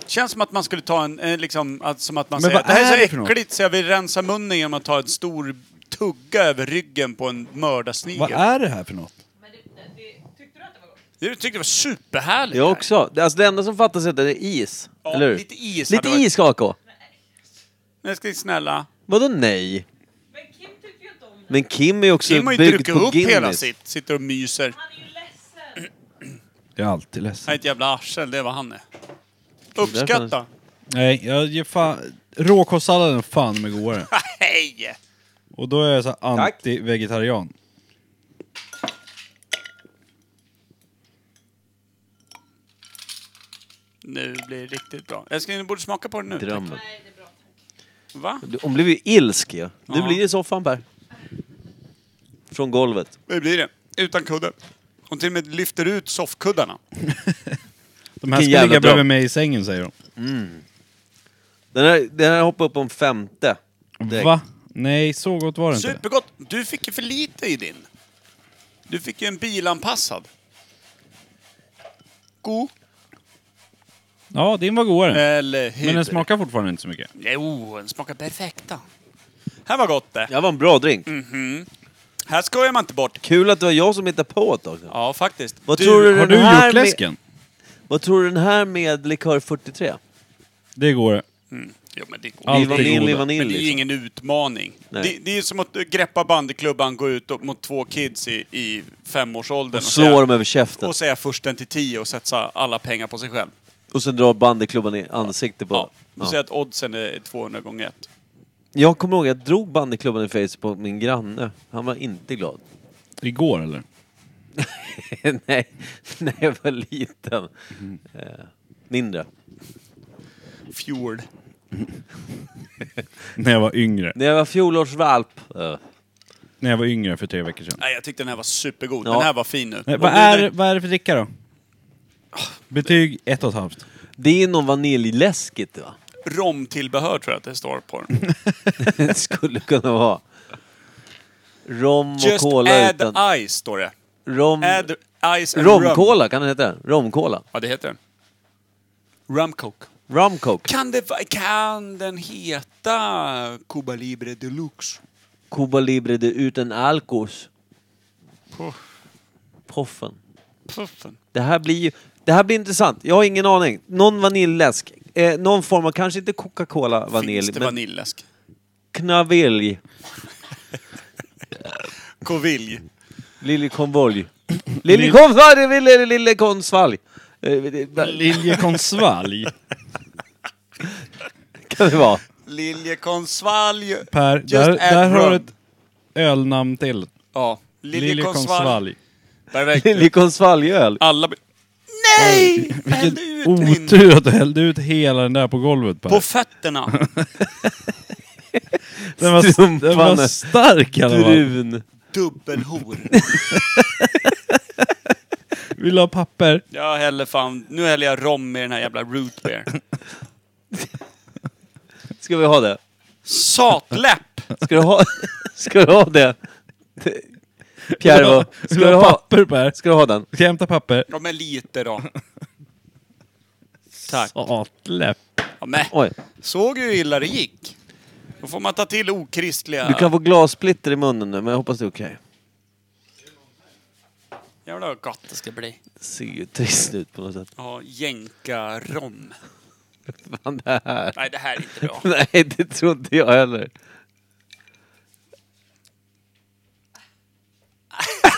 [SPEAKER 4] Känns som att man skulle ta en, eh, liksom, att, som att man
[SPEAKER 2] Men
[SPEAKER 4] säger
[SPEAKER 2] vad
[SPEAKER 4] det här
[SPEAKER 2] är
[SPEAKER 4] är
[SPEAKER 2] det
[SPEAKER 4] så
[SPEAKER 2] för något?"
[SPEAKER 4] äckligt så jag vill rensa munnen genom att ta en stor tugga över ryggen på en
[SPEAKER 2] Vad
[SPEAKER 4] mördarsnigel.
[SPEAKER 2] är det här för något?
[SPEAKER 7] Men det, det, det, tyckte du att det var gott?
[SPEAKER 4] Du tyckte det var superhärligt.
[SPEAKER 1] Jag
[SPEAKER 4] här.
[SPEAKER 1] också. Det- Alltså det enda som fattas är att det är is.
[SPEAKER 4] Ja,
[SPEAKER 1] Eller hur?
[SPEAKER 4] lite is
[SPEAKER 1] Lite
[SPEAKER 4] hade varit-
[SPEAKER 1] is AK!
[SPEAKER 4] Men ska ni snälla.
[SPEAKER 1] Vadå nej?
[SPEAKER 7] Men Kim tyckte ju inte om det.
[SPEAKER 1] Men Kim är ju också
[SPEAKER 4] Kim har ju druckit
[SPEAKER 1] byggd på
[SPEAKER 4] upp
[SPEAKER 1] Guinness.
[SPEAKER 4] hela sitt. Sitter och myser.
[SPEAKER 7] Han är ju ledsen.
[SPEAKER 2] Jag är alltid
[SPEAKER 4] Han är
[SPEAKER 2] ledsen.
[SPEAKER 4] ett jävla arsel, det är vad han är.
[SPEAKER 1] därför
[SPEAKER 4] Uppskatta.
[SPEAKER 2] Nej, jag ger fan... Råkostsalladen är fan med godare.
[SPEAKER 4] Hej!
[SPEAKER 2] Och då är jag så här
[SPEAKER 1] Tack.
[SPEAKER 2] anti-vegetarian.
[SPEAKER 4] Nu blir det riktigt bra. Älskling, du borde smaka på det nu.
[SPEAKER 1] Drömmen.
[SPEAKER 7] Nej, det är bra.
[SPEAKER 4] Va?
[SPEAKER 1] Du- Hon blev ju ilsk ja. Du
[SPEAKER 4] Ja.
[SPEAKER 1] blir i soffan Per. Från golvet.
[SPEAKER 4] Det blir det. Utan kudde. Hon till och med lyfter ut soffkuddarna.
[SPEAKER 2] De här
[SPEAKER 1] Vilken jävla
[SPEAKER 2] ska ligga
[SPEAKER 1] dröm.
[SPEAKER 2] bredvid mig i sängen säger de.
[SPEAKER 1] Den här, den här hoppade upp om femte. Direkt.
[SPEAKER 2] Va? Nej, så gott var det inte.
[SPEAKER 4] Supergott! Du fick ju för lite i din. Du fick ju en bilanpassad. God.
[SPEAKER 2] Ja, din var
[SPEAKER 1] Mm.
[SPEAKER 2] godare.
[SPEAKER 4] Eller hur?
[SPEAKER 2] Men den smakar fortfarande inte så mycket.
[SPEAKER 4] Jo, den smakar perfekta. Här var gott det.
[SPEAKER 1] Det här var en bra drink.
[SPEAKER 4] Här skojar man inte bort.
[SPEAKER 1] Kul att det var jag som hittade på det också.
[SPEAKER 4] Ja, faktiskt.
[SPEAKER 1] Vad tror du-
[SPEAKER 2] Har
[SPEAKER 1] Den
[SPEAKER 2] du
[SPEAKER 1] här
[SPEAKER 2] gjort
[SPEAKER 1] med-
[SPEAKER 2] läsken?
[SPEAKER 1] Vad tror du den här med likör 43?
[SPEAKER 2] Det går.
[SPEAKER 4] Jo, men det går.
[SPEAKER 2] Allt är
[SPEAKER 1] Livanilj,
[SPEAKER 2] goda.
[SPEAKER 1] livanilj.
[SPEAKER 4] Men det är ju
[SPEAKER 1] liksom.
[SPEAKER 4] ingen utmaning.
[SPEAKER 1] Nej.
[SPEAKER 4] Det, det är som att greppa bandyklubban, gå ut och, mot två kids i, i femårsåldern
[SPEAKER 1] Och slår dem över käften.
[SPEAKER 4] och säga försten till tio och satsa alla pengar på sig själv.
[SPEAKER 1] Och sen drar bandyklubban i ansiktet på...
[SPEAKER 4] Ja.
[SPEAKER 1] Ja.
[SPEAKER 4] Och säga att oddsen är 200 gånger ett.
[SPEAKER 1] Jag kommer ihåg att jag drog bandyklubban i face på min granne. Han var inte glad.
[SPEAKER 2] Igår eller?
[SPEAKER 1] nej, när jag var liten.
[SPEAKER 4] Mm.
[SPEAKER 1] Eh, mindre.
[SPEAKER 4] Fjord.
[SPEAKER 2] När jag var yngre.
[SPEAKER 1] När jag var fjolårsvalp. Eh,
[SPEAKER 2] När jag var yngre för tre veckor sedan.
[SPEAKER 4] Nej, jag tyckte den här var supergod.
[SPEAKER 1] Ja.
[SPEAKER 4] Den här var fin nu.
[SPEAKER 2] Nej, vad, är, vad är det för dricka då? Betyg ett och ett halvt.
[SPEAKER 1] det är någon vaniljläskigt va?
[SPEAKER 4] Romtillbehör tror jag att det står på
[SPEAKER 1] Mm.
[SPEAKER 4] den.
[SPEAKER 1] Det skulle kunna vara. Rom och
[SPEAKER 4] Just
[SPEAKER 1] cola
[SPEAKER 4] add
[SPEAKER 1] utan...
[SPEAKER 4] ice står det.
[SPEAKER 1] Rom...
[SPEAKER 4] Add ice and rum.
[SPEAKER 1] Romcola, kan den heta det? Romcola.
[SPEAKER 4] Ja, det heter den. Rum coke.
[SPEAKER 1] Rumcoke.
[SPEAKER 4] Kan, det, va- kan den heta Cuba Libre Deluxe?
[SPEAKER 1] Cuba Libre de utan alkos. Poffen.
[SPEAKER 4] Puffen.
[SPEAKER 1] Det här blir ju... Det här blir intressant. Jag har ingen aning. Någon vaniljläsk. Eh, någon form av, kanske inte Coca-Cola vanilj,
[SPEAKER 4] Finns det
[SPEAKER 1] men
[SPEAKER 4] vaniljläsk?
[SPEAKER 1] knavilj.
[SPEAKER 4] Kovilj.
[SPEAKER 1] Liljekonvolj. Liljekonvalj! lille- Lillekonsvalj! Eh, det-
[SPEAKER 2] Liljekonsvalj.
[SPEAKER 1] Kan det vara.
[SPEAKER 4] Liljekonvalj.
[SPEAKER 2] Per,
[SPEAKER 4] Just
[SPEAKER 2] där,
[SPEAKER 4] add
[SPEAKER 2] där har
[SPEAKER 4] rum.
[SPEAKER 2] du ett ölnamn till.
[SPEAKER 4] Ja. Liljekonvalj.
[SPEAKER 2] Liljekonsvalj.
[SPEAKER 4] Perfekt.
[SPEAKER 1] Lillekonsvaljöl.
[SPEAKER 4] Alla... blir- Nej! Häll ut
[SPEAKER 2] Vilken
[SPEAKER 4] min-
[SPEAKER 2] otur att du hällde ut hela den där på golvet Per.
[SPEAKER 4] På fötterna.
[SPEAKER 2] Den var, den var
[SPEAKER 1] Strumpan.
[SPEAKER 2] stark i alla fall.
[SPEAKER 1] Brun.
[SPEAKER 4] Dubbelhor.
[SPEAKER 2] Vill du ha papper?
[SPEAKER 4] Jag häller fan... Nu häller jag rom i den här jävla root beer.
[SPEAKER 1] Ska vi ha det?
[SPEAKER 4] Satläpp!
[SPEAKER 1] Ska du ha, ska du ha det? Pierre,
[SPEAKER 2] Vill
[SPEAKER 1] ska
[SPEAKER 2] du
[SPEAKER 1] du
[SPEAKER 2] ha
[SPEAKER 1] ha,
[SPEAKER 2] papper Per?
[SPEAKER 1] ska du ha den?
[SPEAKER 2] Ska jag hämta papper?
[SPEAKER 4] Ja men lite då. Tack.
[SPEAKER 2] Satläpp.
[SPEAKER 4] Ja, men.
[SPEAKER 1] Oj.
[SPEAKER 4] Såg ju hur illa det gick. Då får man ta till okristliga...
[SPEAKER 1] Du kan få glassplitter i munnen nu, men jag hoppas det är okej.
[SPEAKER 4] Jävlar vad gott det ska bli.
[SPEAKER 1] Ser ju trist ut på något sätt.
[SPEAKER 4] Ja, jänka rom.
[SPEAKER 1] Fan det här.
[SPEAKER 4] Nej, det här är inte bra.
[SPEAKER 1] Nej, det tror inte jag heller.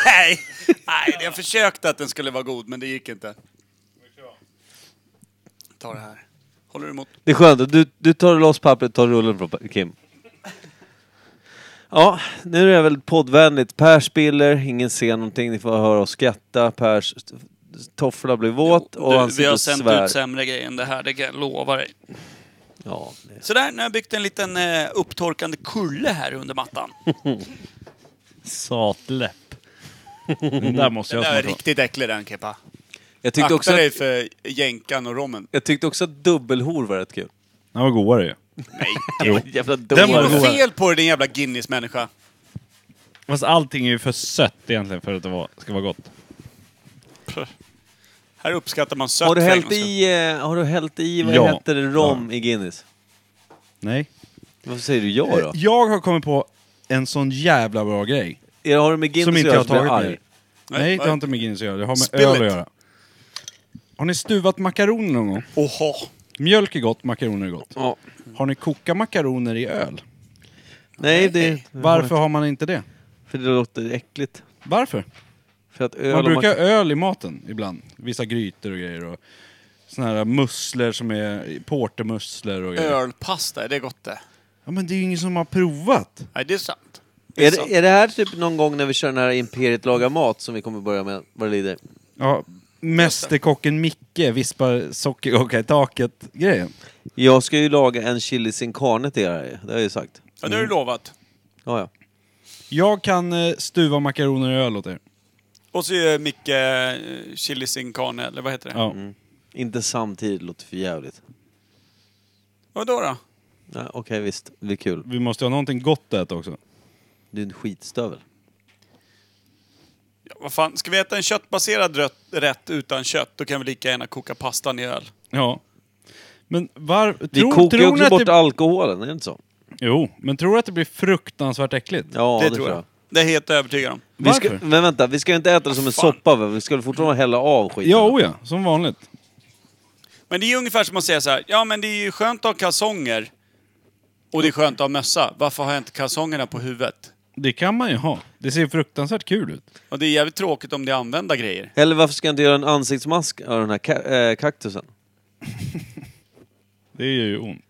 [SPEAKER 4] Nej, nej, jag försökte att den skulle vara god, men det gick inte. Ta det här. Håller du emot?
[SPEAKER 1] Det är skönt. Du, du tar loss pappret tar rullen från pa- Kim. Ja, nu är det väl poddvänligt. Per spiller, ingen ser någonting. Ni får höra oss skratta. Pers toffla blir våt och han
[SPEAKER 4] Du, vi
[SPEAKER 1] sitter
[SPEAKER 4] har
[SPEAKER 1] och
[SPEAKER 4] sänt
[SPEAKER 1] svär.
[SPEAKER 4] ut sämre grejer än det här, det kan jag lova dig.
[SPEAKER 1] Ja, det-
[SPEAKER 4] Sådär, nu har jag byggt en liten eh, upptorkande kulle här under mattan.
[SPEAKER 2] Satläpp. Den där måste jag
[SPEAKER 4] Den är
[SPEAKER 2] smaka.
[SPEAKER 4] riktigt äcklig den, Kepa.
[SPEAKER 1] jag, tyckte också
[SPEAKER 4] Akta dig
[SPEAKER 1] att,
[SPEAKER 4] för jänkan och rommen.
[SPEAKER 1] jag tyckte också att dubbelhor var rätt kul.
[SPEAKER 2] Den var godare ju.
[SPEAKER 1] Nej, jävla
[SPEAKER 4] Det är
[SPEAKER 2] var
[SPEAKER 1] dubbelhor.
[SPEAKER 4] något
[SPEAKER 2] god.
[SPEAKER 4] fel på dig, din jävla Guinness-människa.
[SPEAKER 2] Fast allting är ju för sött egentligen för att det var, ska vara gott.
[SPEAKER 4] Här uppskattar man sött
[SPEAKER 1] Har du hällt
[SPEAKER 4] fängelse.
[SPEAKER 1] i, eh, har du hällt i vad
[SPEAKER 2] Ja.
[SPEAKER 1] heter det, rom i Guinness?
[SPEAKER 2] Nej. Eh,
[SPEAKER 1] Varför säger du ja då?
[SPEAKER 2] Jag har kommit på en sån jävla bra grej.
[SPEAKER 1] Är- Har du med Guinness
[SPEAKER 2] Som inte
[SPEAKER 1] att
[SPEAKER 2] jag
[SPEAKER 1] göra
[SPEAKER 2] har
[SPEAKER 1] så blir
[SPEAKER 2] tagit
[SPEAKER 1] jag arg?
[SPEAKER 2] med.
[SPEAKER 4] Nej,
[SPEAKER 2] Nej, det
[SPEAKER 4] vad-
[SPEAKER 2] har inte med Guinness att göra. Det har med
[SPEAKER 4] Spill
[SPEAKER 2] öl
[SPEAKER 4] it.
[SPEAKER 2] att göra. Har ni stuvat makaroner någon gång?
[SPEAKER 4] Oha.
[SPEAKER 2] Mjölk är gott, makaroner är gott.
[SPEAKER 1] Ja.
[SPEAKER 2] Har ni kokat makaroner i öl?
[SPEAKER 1] Nej, det,
[SPEAKER 2] Varför har man inte det?
[SPEAKER 1] för det låter äckligt.
[SPEAKER 2] Varför?
[SPEAKER 1] För att öl och
[SPEAKER 2] Man brukar ha
[SPEAKER 1] maka-
[SPEAKER 2] öl i maten ibland. Vissa grytor och grejer. Och såna här musslor som är portermusslor och grejer.
[SPEAKER 4] Ölpasta, är det gott det?
[SPEAKER 2] Ja men det är ju ingen som har provat.
[SPEAKER 4] Nej, det är sant. Det är
[SPEAKER 1] är,
[SPEAKER 4] sant.
[SPEAKER 1] det, är det här typ någon gång när vi kör den här Imperiet lagar mat som vi kommer börja med vad det lider?
[SPEAKER 2] Ja, mästerkocken Micke vispar sockerkaka i taket grejen.
[SPEAKER 1] Jag ska ju laga en chili sin carne till er, det har jag ju sagt.
[SPEAKER 4] Ja, nu har du lovat.
[SPEAKER 1] Ja, ja.
[SPEAKER 2] Jag kan eh, stuva makaroner i öl åt er.
[SPEAKER 4] Och så gör Micke eh, chili sin carne, eller vad heter det?
[SPEAKER 2] Ja.
[SPEAKER 1] Inte samtidigt, låter för jävligt.
[SPEAKER 4] Vad då? då?
[SPEAKER 1] Ja, Okej, visst. Det blir kul.
[SPEAKER 2] Vi måste ha någonting gott att äta också.
[SPEAKER 1] Du är en skitstövel.
[SPEAKER 4] Ja, vad fan, ska vi äta en köttbaserad rött, rätt utan kött, då kan vi lika gärna koka pastan i öl.
[SPEAKER 2] Ja. Men var...
[SPEAKER 1] Vi
[SPEAKER 2] tror-
[SPEAKER 1] kokar ju
[SPEAKER 2] tror
[SPEAKER 1] också
[SPEAKER 2] ni att
[SPEAKER 1] bort
[SPEAKER 2] det...
[SPEAKER 1] alkoholen, är det inte så?
[SPEAKER 2] Jo, men tror du att det blir fruktansvärt äckligt?
[SPEAKER 1] Ja,
[SPEAKER 4] det, tror jag. Det är jag helt övertygad om.
[SPEAKER 1] Vi ska,
[SPEAKER 2] Varför?
[SPEAKER 1] men vänta, vi ska ju inte äta det som en
[SPEAKER 4] Fan.
[SPEAKER 1] soppa väl? Vi ska väl fortfarande hälla av skiten?
[SPEAKER 2] Ja, oh ja, som vanligt.
[SPEAKER 4] Men det är ju ungefär som att säga så här, ja men det är ju skönt att ha kalsonger och det är skönt att ha mössa. Varför har jag inte kalsongerna på huvudet?
[SPEAKER 2] Det kan man ju ha. Det ser fruktansvärt kul ut.
[SPEAKER 4] Och det är jävligt tråkigt om det är använda grejer.
[SPEAKER 1] Eller varför ska jag inte göra en ansiktsmask av den här ka- eh, kaktusen?
[SPEAKER 2] Det är ju ont.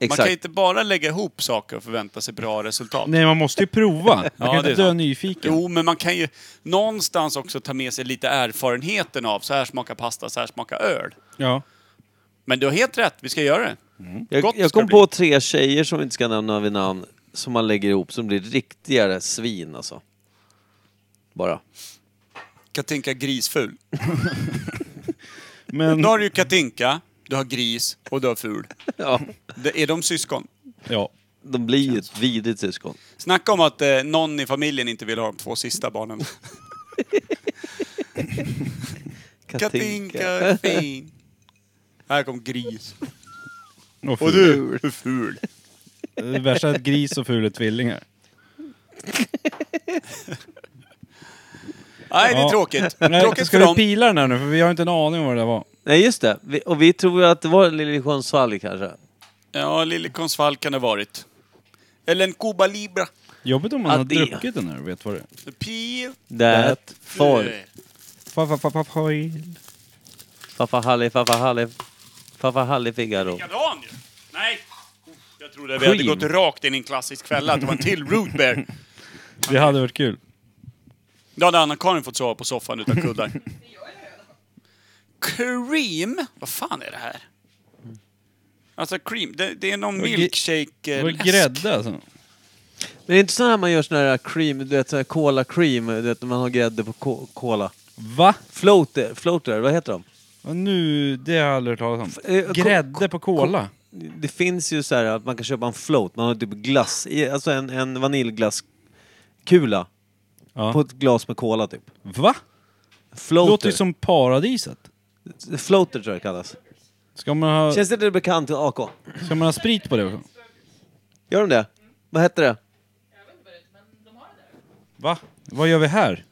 [SPEAKER 4] Man
[SPEAKER 1] Exakt.
[SPEAKER 4] kan inte bara lägga ihop saker och förvänta sig bra resultat.
[SPEAKER 2] Nej, man måste ju prova. Man
[SPEAKER 4] det
[SPEAKER 2] kan
[SPEAKER 4] är
[SPEAKER 2] inte dö
[SPEAKER 4] sant.
[SPEAKER 2] nyfiken.
[SPEAKER 4] Jo, men man kan ju någonstans också ta med sig lite erfarenheten av så här smakar pasta, så här smakar öl.
[SPEAKER 2] Ja.
[SPEAKER 4] Men du har helt rätt, vi ska göra det.
[SPEAKER 1] Jag,
[SPEAKER 4] Gott
[SPEAKER 1] jag
[SPEAKER 4] ska
[SPEAKER 1] kom
[SPEAKER 4] det bli.
[SPEAKER 1] på tre tjejer som vi inte ska nämna vid namn, som man lägger ihop som blir riktigare svin alltså. Bara.
[SPEAKER 4] Katinka Grisful.
[SPEAKER 2] Men,
[SPEAKER 4] Då har du ju Katinka, du har Gris och du har Ful.
[SPEAKER 1] Ja,
[SPEAKER 4] Det, är de syskon?
[SPEAKER 2] ja.
[SPEAKER 1] de blir ju ett vidrigt syskon.
[SPEAKER 4] Snacka om att eh, någon i familjen inte vill ha de två sista barnen. Katinka är fin. Här kom Gris.
[SPEAKER 2] Och,
[SPEAKER 4] Och
[SPEAKER 2] ful.
[SPEAKER 4] du är ful.
[SPEAKER 2] Det värsta är att gris och ful är tvillingar.
[SPEAKER 4] Nej, det är
[SPEAKER 2] Ja.
[SPEAKER 4] tråkigt.
[SPEAKER 2] Nej,
[SPEAKER 4] Tråkigt
[SPEAKER 2] ska
[SPEAKER 4] för
[SPEAKER 2] du
[SPEAKER 4] dem.
[SPEAKER 2] pila den här nu? För vi har inte en aning om vad det där var.
[SPEAKER 1] Nej just det, vi, och vi tror ju att det var Lille Gonzales kanske.
[SPEAKER 4] Ja, Liljekonstfall kan det ha varit. Eller en Cuba Libra.
[SPEAKER 2] Jobbigt om man
[SPEAKER 1] Ja,
[SPEAKER 2] har
[SPEAKER 1] det-
[SPEAKER 2] druckit den här och vet vad det är.
[SPEAKER 4] Pil.
[SPEAKER 1] That for
[SPEAKER 2] Fa, fa, fa, fa, fa.
[SPEAKER 1] Fafa Halli, Fafa Halli, Fafa Halli Figaro.
[SPEAKER 4] Likadan ju. Nej. Jag trodde vi hade
[SPEAKER 1] Cream.
[SPEAKER 4] gått rakt in i en klassisk fälla, att det var en till root beer.
[SPEAKER 2] Det hade varit kul.
[SPEAKER 4] Då hade Anna-Karin fått sova på soffan utan kuddar. Cream? Vad fan är det här? Alltså cream, det, det är någon
[SPEAKER 2] Det var gr-
[SPEAKER 4] milkshake
[SPEAKER 2] Det
[SPEAKER 4] eh,
[SPEAKER 2] var
[SPEAKER 4] läsk.
[SPEAKER 2] grädde alltså.
[SPEAKER 1] Men det är inte så här man gör sån här cream, du vet sån här cola cream, du vet när man har grädde på ko- cola.
[SPEAKER 2] Va?
[SPEAKER 1] Floater, floater, vad heter de?
[SPEAKER 2] Ja, Nu, det har jag aldrig hört talas
[SPEAKER 1] F-
[SPEAKER 2] om.
[SPEAKER 1] eh, ko-
[SPEAKER 2] Grädde på cola.
[SPEAKER 1] Det finns ju så här att man kan köpa en float, man har typ glass, i- alltså en, en vaniljglasskula på
[SPEAKER 2] Ja.
[SPEAKER 1] ett glas med cola typ.
[SPEAKER 2] Va?
[SPEAKER 1] Floater.
[SPEAKER 2] Låter ju som paradiset.
[SPEAKER 1] Floater tror jag det kallas.
[SPEAKER 2] Ska man ha,
[SPEAKER 1] Känns det lite bekant till AK?
[SPEAKER 2] ska man ha sprit på det också?
[SPEAKER 1] Gör de det? Vad hette det?
[SPEAKER 2] Va? Vad gör vi här?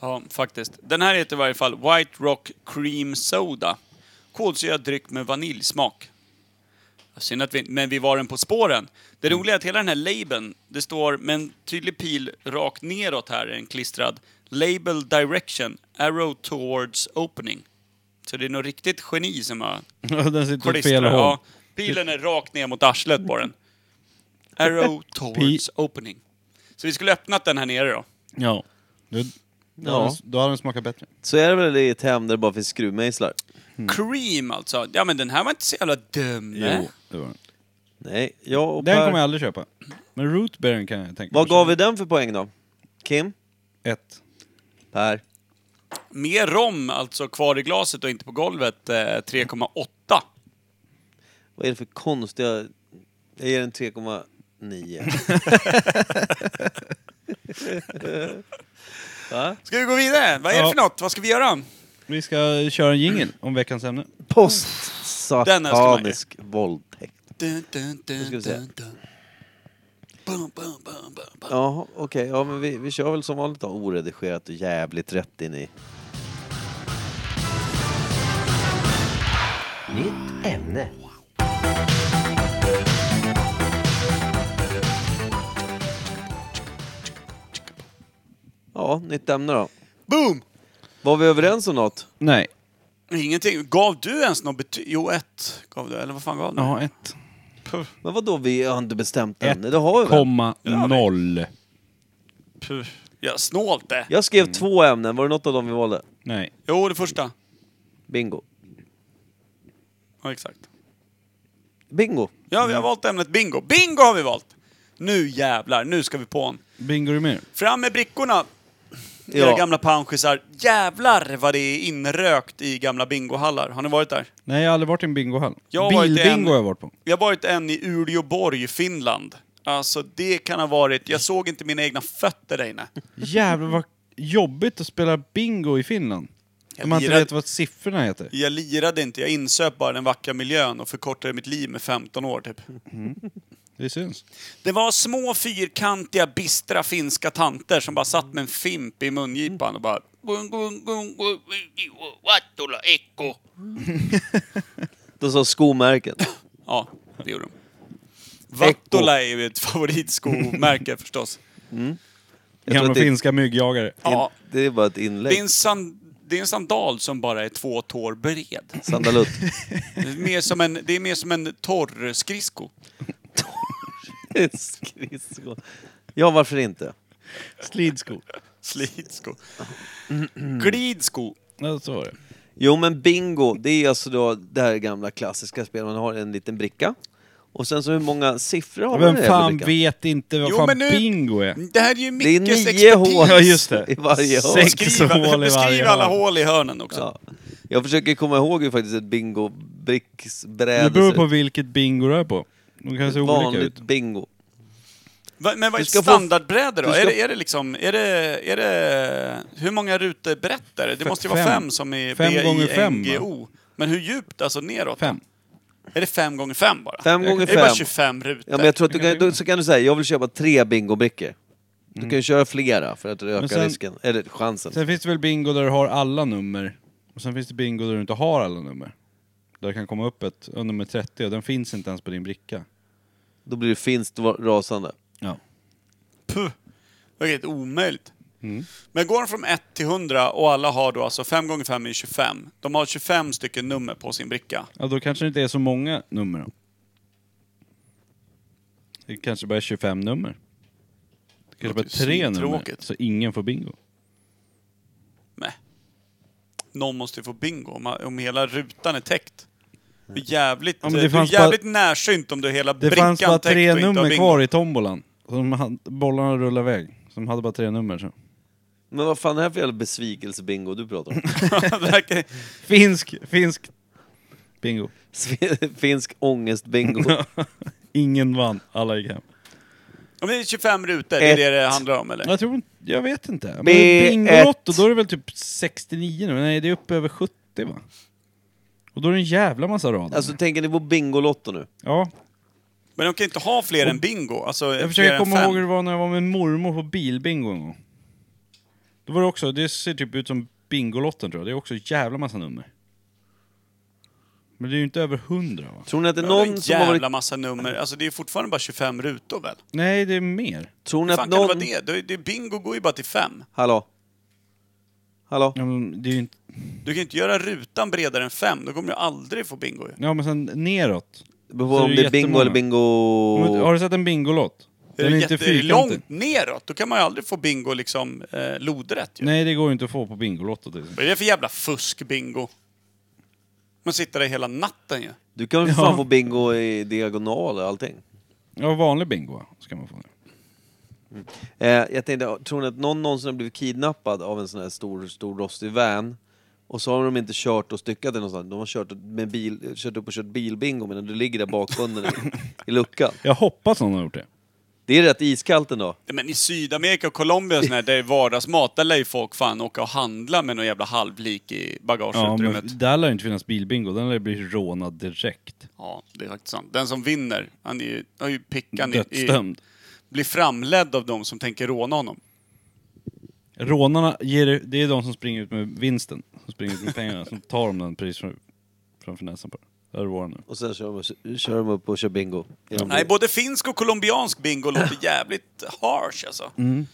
[SPEAKER 4] Ja, faktiskt. Den här heter i varje fall White Rock Cream Soda. kolsyrad dryck med vaniljsmak. Synd att vi, men vi var den På spåren. Det roliga är att hela den här labeln, det står med en tydlig pil rakt neråt här, en klistrad. Label direction, arrow towards opening. Så det är nog riktigt geni som har
[SPEAKER 2] Den sitter åt fel
[SPEAKER 4] klistrat.
[SPEAKER 2] håll.
[SPEAKER 4] Ja, pilen är rakt ner mot arslet på den. Arrow towards opening. Så vi skulle öppnat den här nere då.
[SPEAKER 2] Ja. Du, då, hade den, då hade den smakat bättre.
[SPEAKER 1] Så är det väl i ett hem där det bara finns skruvmejslar?
[SPEAKER 4] Cream alltså. Ja men den här var inte så jävla dum.
[SPEAKER 2] Jo,
[SPEAKER 4] Nej.
[SPEAKER 2] det var den.
[SPEAKER 1] Nej, jag och
[SPEAKER 2] Den kommer jag
[SPEAKER 1] Per.
[SPEAKER 2] aldrig köpa. Men rootbearen kan jag tänka
[SPEAKER 1] Vad
[SPEAKER 2] mig.
[SPEAKER 1] gav vi den för poäng då? Kim?
[SPEAKER 2] Ett.
[SPEAKER 1] Per?
[SPEAKER 4] Mer rom alltså kvar i glaset och inte på golvet. Eh, 3,8.
[SPEAKER 1] Vad är det för konstiga... Jag ger den 3,9.
[SPEAKER 4] Ska vi gå vidare? Vad är det
[SPEAKER 2] Ja.
[SPEAKER 4] för något? Vad ska vi göra?
[SPEAKER 2] Vi ska köra en jingel om veckans ämne.
[SPEAKER 1] Postsatanisk våldtäkt.
[SPEAKER 4] Dun, dun, dun,
[SPEAKER 1] ska vi se.
[SPEAKER 4] dun, dun. Bum, bum, bum, bum, bum.
[SPEAKER 1] Jaha, okej. Ja, men vi, vi kör väl som vanligt då. Oredigerat och jävligt rätt in i...
[SPEAKER 8] Nytt ämne.
[SPEAKER 1] Ja, nytt ämne då.
[SPEAKER 4] Boom!
[SPEAKER 1] Var vi överens om något?
[SPEAKER 2] Nej.
[SPEAKER 4] Ingenting. Gav du ens något betyg? Jo, ett gav du. Eller vad fan gav du?
[SPEAKER 2] Ja, ett.
[SPEAKER 1] Men vadå, vi har inte bestämt än?
[SPEAKER 2] Ett
[SPEAKER 1] Det har vi väl?
[SPEAKER 2] Komma noll.
[SPEAKER 4] Puh. Ja, snålt det.
[SPEAKER 1] Jag skrev två ämnen. Var det något av dem vi valde?
[SPEAKER 2] Nej.
[SPEAKER 4] Jo, det första.
[SPEAKER 1] Bingo.
[SPEAKER 4] Ja, exakt.
[SPEAKER 1] Bingo!
[SPEAKER 4] Ja, vi har valt ämnet bingo. Bingo har vi valt! Nu jävlar, nu ska vi på en.
[SPEAKER 2] Bingo är mer.
[SPEAKER 4] Fram med brickorna! Era
[SPEAKER 1] Ja.
[SPEAKER 4] gamla panschisar. Jävlar vad det är inrökt i gamla bingohallar. Har ni varit där?
[SPEAKER 2] Nej, jag har aldrig varit i en bingohall.
[SPEAKER 4] Jag har varit i en-
[SPEAKER 2] Bilbingo har jag varit på.
[SPEAKER 4] Jag har varit en i Uleåborg, Finland. Alltså det kan ha varit... Jag såg inte mina egna fötter där inne.
[SPEAKER 2] Jävlar vad jobbigt att spela bingo i Finland.
[SPEAKER 4] Jag
[SPEAKER 2] Om man inte
[SPEAKER 4] lirar-
[SPEAKER 2] vet vad siffrorna heter.
[SPEAKER 4] Jag lirade inte, jag insöp bara den vackra miljön och förkortade mitt liv med 15 år typ.
[SPEAKER 2] Det syns.
[SPEAKER 4] Det var små fyrkantiga bistra finska tanter som bara satt med en fimp i mungipan och bara...
[SPEAKER 3] Vattola ekko.
[SPEAKER 1] Då sa skomärken.
[SPEAKER 4] Ja, det gjorde de. Vattola är ju ett favoritskomärke förstås.
[SPEAKER 1] tror
[SPEAKER 2] Gamla
[SPEAKER 1] att det-
[SPEAKER 2] finska myggjagare.
[SPEAKER 4] Ja.
[SPEAKER 1] Det är bara ett inlägg.
[SPEAKER 4] Det är, en san, det är en sandal som bara är två tår bred.
[SPEAKER 1] Sandalutt.
[SPEAKER 4] Det är mer som en, det är mer som en torr skridsko.
[SPEAKER 1] Skridsko. Ja, varför inte?
[SPEAKER 2] Slidsko.
[SPEAKER 4] Slidsko. Glidsko.
[SPEAKER 2] Ja, så var det.
[SPEAKER 1] Jo, men bingo, det är alltså då det här gamla klassiska spelet. Man har en liten bricka. Och sen så hur många siffror har man i
[SPEAKER 2] Vem
[SPEAKER 1] den här
[SPEAKER 2] fan
[SPEAKER 1] brickan?
[SPEAKER 2] vet inte vad
[SPEAKER 4] Jo,
[SPEAKER 2] fan
[SPEAKER 4] men nu-
[SPEAKER 2] bingo är?
[SPEAKER 4] Det här är ju
[SPEAKER 1] Det är
[SPEAKER 4] Mickes
[SPEAKER 1] nio
[SPEAKER 4] expertis.
[SPEAKER 1] hål
[SPEAKER 2] Ja, just det.
[SPEAKER 1] i varje hål.
[SPEAKER 2] Sex
[SPEAKER 4] Beskriv,
[SPEAKER 2] hål i varje
[SPEAKER 4] beskriv alla
[SPEAKER 2] hörn.
[SPEAKER 4] hål i hörnen också.
[SPEAKER 1] Ja. Jag försöker komma ihåg hur faktiskt ett bingo
[SPEAKER 2] Det
[SPEAKER 1] bricksbräde
[SPEAKER 2] beror på
[SPEAKER 1] ser ut.
[SPEAKER 2] vilket bingo du är på. De kan se
[SPEAKER 1] Ett
[SPEAKER 2] olika ut.
[SPEAKER 1] vanligt bingo.
[SPEAKER 4] Va- Men vad är
[SPEAKER 1] Du ska få-
[SPEAKER 4] standardbrädor då?
[SPEAKER 1] du ska-
[SPEAKER 4] Är, det, är det liksom... Är det, är det, hur många rutebrett är det? Det måste ju vara
[SPEAKER 2] fem.
[SPEAKER 4] fem som i
[SPEAKER 2] Fem gånger fem,
[SPEAKER 4] BINGO. Men hur djupt? Alltså neråt?
[SPEAKER 2] Fem.
[SPEAKER 4] Är det fem gånger fem bara?
[SPEAKER 1] Fem gånger
[SPEAKER 4] Är det bara
[SPEAKER 1] fem.
[SPEAKER 4] 25 rutor?
[SPEAKER 1] Ja, men jag tror att du
[SPEAKER 2] Jag
[SPEAKER 1] kan,
[SPEAKER 2] kan
[SPEAKER 1] då, så kan du säga, jag vill köpa tre bingobrickor. Du kan ju köra flera för att öka
[SPEAKER 2] Mm. sen-
[SPEAKER 1] risken, eller chansen.
[SPEAKER 2] Sen finns det väl bingo där du har alla nummer. Och sen finns det bingo där du inte har alla nummer. Där det kan komma upp ett ja, nummer 30 och den finns inte ens på din bricka.
[SPEAKER 1] Då blir det finst va- rasande.
[SPEAKER 2] Ja.
[SPEAKER 4] Puh. Det är helt omöjligt.
[SPEAKER 2] Mm.
[SPEAKER 4] Men går de från 1 till 100 och alla har då alltså 5 gånger 5 är 25. De har 25 stycken nummer på sin bricka.
[SPEAKER 2] ja, då kanske det inte är så många nummer då. Det kanske bara är 25 nummer. Det kanske bara
[SPEAKER 4] Låter
[SPEAKER 2] är tre nummer.
[SPEAKER 4] svintråkigt.
[SPEAKER 2] Så ingen får bingo.
[SPEAKER 4] Nej. Någon måste ju få bingo om, om hela rutan är täckt. Det är jävligt,
[SPEAKER 2] Ja, men
[SPEAKER 4] det
[SPEAKER 2] det
[SPEAKER 4] är
[SPEAKER 2] fanns
[SPEAKER 4] jävligt närsynt om du är hela
[SPEAKER 2] Det
[SPEAKER 4] brickan
[SPEAKER 2] fanns bara
[SPEAKER 4] täckt och
[SPEAKER 2] tre
[SPEAKER 4] inte har
[SPEAKER 2] nummer
[SPEAKER 4] bingo.
[SPEAKER 2] kvar i tombolan. Så de hade, bollarna rullade iväg. Så de hade bara tre nummer. Så.
[SPEAKER 1] Men vad fan är det här för jävla besvikelsebingo du pratar om?
[SPEAKER 4] Det verkar-
[SPEAKER 2] Finsk, finsk bingo.
[SPEAKER 1] Sve- Finsk ångestbingo.
[SPEAKER 2] Ingen vann, alla gick hem.
[SPEAKER 4] om det är 25 rutor, det är det
[SPEAKER 1] Ett.
[SPEAKER 4] det handlar om eller?
[SPEAKER 2] Jag tror inte- jag vet inte. Men
[SPEAKER 1] B1.
[SPEAKER 2] Bingolotto, då är det väl typ 69 nu? Nej, det är uppe över 70 va? Och då är det en jävla massa rader.
[SPEAKER 1] Alltså tänker ni på Bingolotto nu?
[SPEAKER 2] ja,
[SPEAKER 4] Men de kan inte ha fler än bingo. Alltså,
[SPEAKER 2] jag
[SPEAKER 4] fler
[SPEAKER 2] försöker
[SPEAKER 4] än
[SPEAKER 2] komma
[SPEAKER 4] fem.
[SPEAKER 2] ihåg hur det var när jag var med mormor på bilbingo en gång. Då var det också, det ser typ ut som Bingolotten tror jag. Det är också en jävla massa nummer. Men det är ju inte över hundra va?
[SPEAKER 1] Tror ni att det är
[SPEAKER 4] Det var
[SPEAKER 1] någon
[SPEAKER 4] en
[SPEAKER 1] som har
[SPEAKER 4] jävla
[SPEAKER 1] varit...
[SPEAKER 4] massa nummer. Alltså det är fortfarande bara 25 rutor väl?
[SPEAKER 2] Nej, det är mer.
[SPEAKER 1] Tror ni
[SPEAKER 4] Fan
[SPEAKER 1] att
[SPEAKER 4] kan det vara
[SPEAKER 1] någon...
[SPEAKER 4] det? det? är- det är- Bingo går ju bara till fem.
[SPEAKER 1] Hallå? Hallå?
[SPEAKER 2] Ja, men det är ju inte...
[SPEAKER 4] Du kan ju inte göra rutan bredare än fem. Då kommer du aldrig få bingo ju.
[SPEAKER 2] Ja, men sen neråt.
[SPEAKER 1] Det beror på
[SPEAKER 2] Så
[SPEAKER 1] om
[SPEAKER 2] det är
[SPEAKER 1] det är bingo
[SPEAKER 2] jättemånga.
[SPEAKER 1] eller
[SPEAKER 2] Men Har
[SPEAKER 1] bingo...
[SPEAKER 2] du sett en Bingolott?
[SPEAKER 4] Är
[SPEAKER 2] Den
[SPEAKER 4] det
[SPEAKER 2] är inte
[SPEAKER 4] jätte- är det
[SPEAKER 2] fyrkantig.
[SPEAKER 4] långt neråt, då kan man ju aldrig få bingo liksom eh, lodrätt ju.
[SPEAKER 2] Nej, det går ju inte att få på Bingolotto till exempel.
[SPEAKER 4] Vad är det för jävla fusk-bingo? Man sitter där hela natten ju.
[SPEAKER 1] Du kan väl för fan
[SPEAKER 2] Ja.
[SPEAKER 1] få bingo i diagonal och allting?
[SPEAKER 2] Ja, vanlig bingo ska man få.
[SPEAKER 1] Eh, jag tänkte, tror ni att någon någonsin har blivit kidnappad av en sån här stor, stor rostig van? Och så har de inte kört och styckat den någonstans. De har kört, med bil, kört upp och kört bilbingo medan du ligger där bakbunden i, i luckan.
[SPEAKER 2] Jag hoppas någon har gjort det.
[SPEAKER 1] Det är rätt iskallt ändå.
[SPEAKER 4] Nej, Men i Sydamerika och Colombia och sån här, där det är vardagsmat, där lär ju folk fan åka och handla med någon jävla halvlik i
[SPEAKER 2] Ja,
[SPEAKER 4] bagageutrymmet.
[SPEAKER 2] men där lär det inte finnas bilbingo. Den lär bli rånad direkt.
[SPEAKER 4] Ja, det är faktiskt sant. Den som vinner, han är ju, har ju pickan i, i,
[SPEAKER 2] Dödsdömd.
[SPEAKER 4] blir framledd av de som tänker råna honom.
[SPEAKER 2] Rånarna, ger, det är de som springer ut med vinsten. Som springer ut med pengarna. som tar om den pris fram- framför näsan på dig. Där är våran nu.
[SPEAKER 1] Och sen kör de, kör de upp och kör bingo. Är de-
[SPEAKER 4] Nej, både finsk och colombiansk bingo låter jävligt harsh alltså.
[SPEAKER 1] Mm.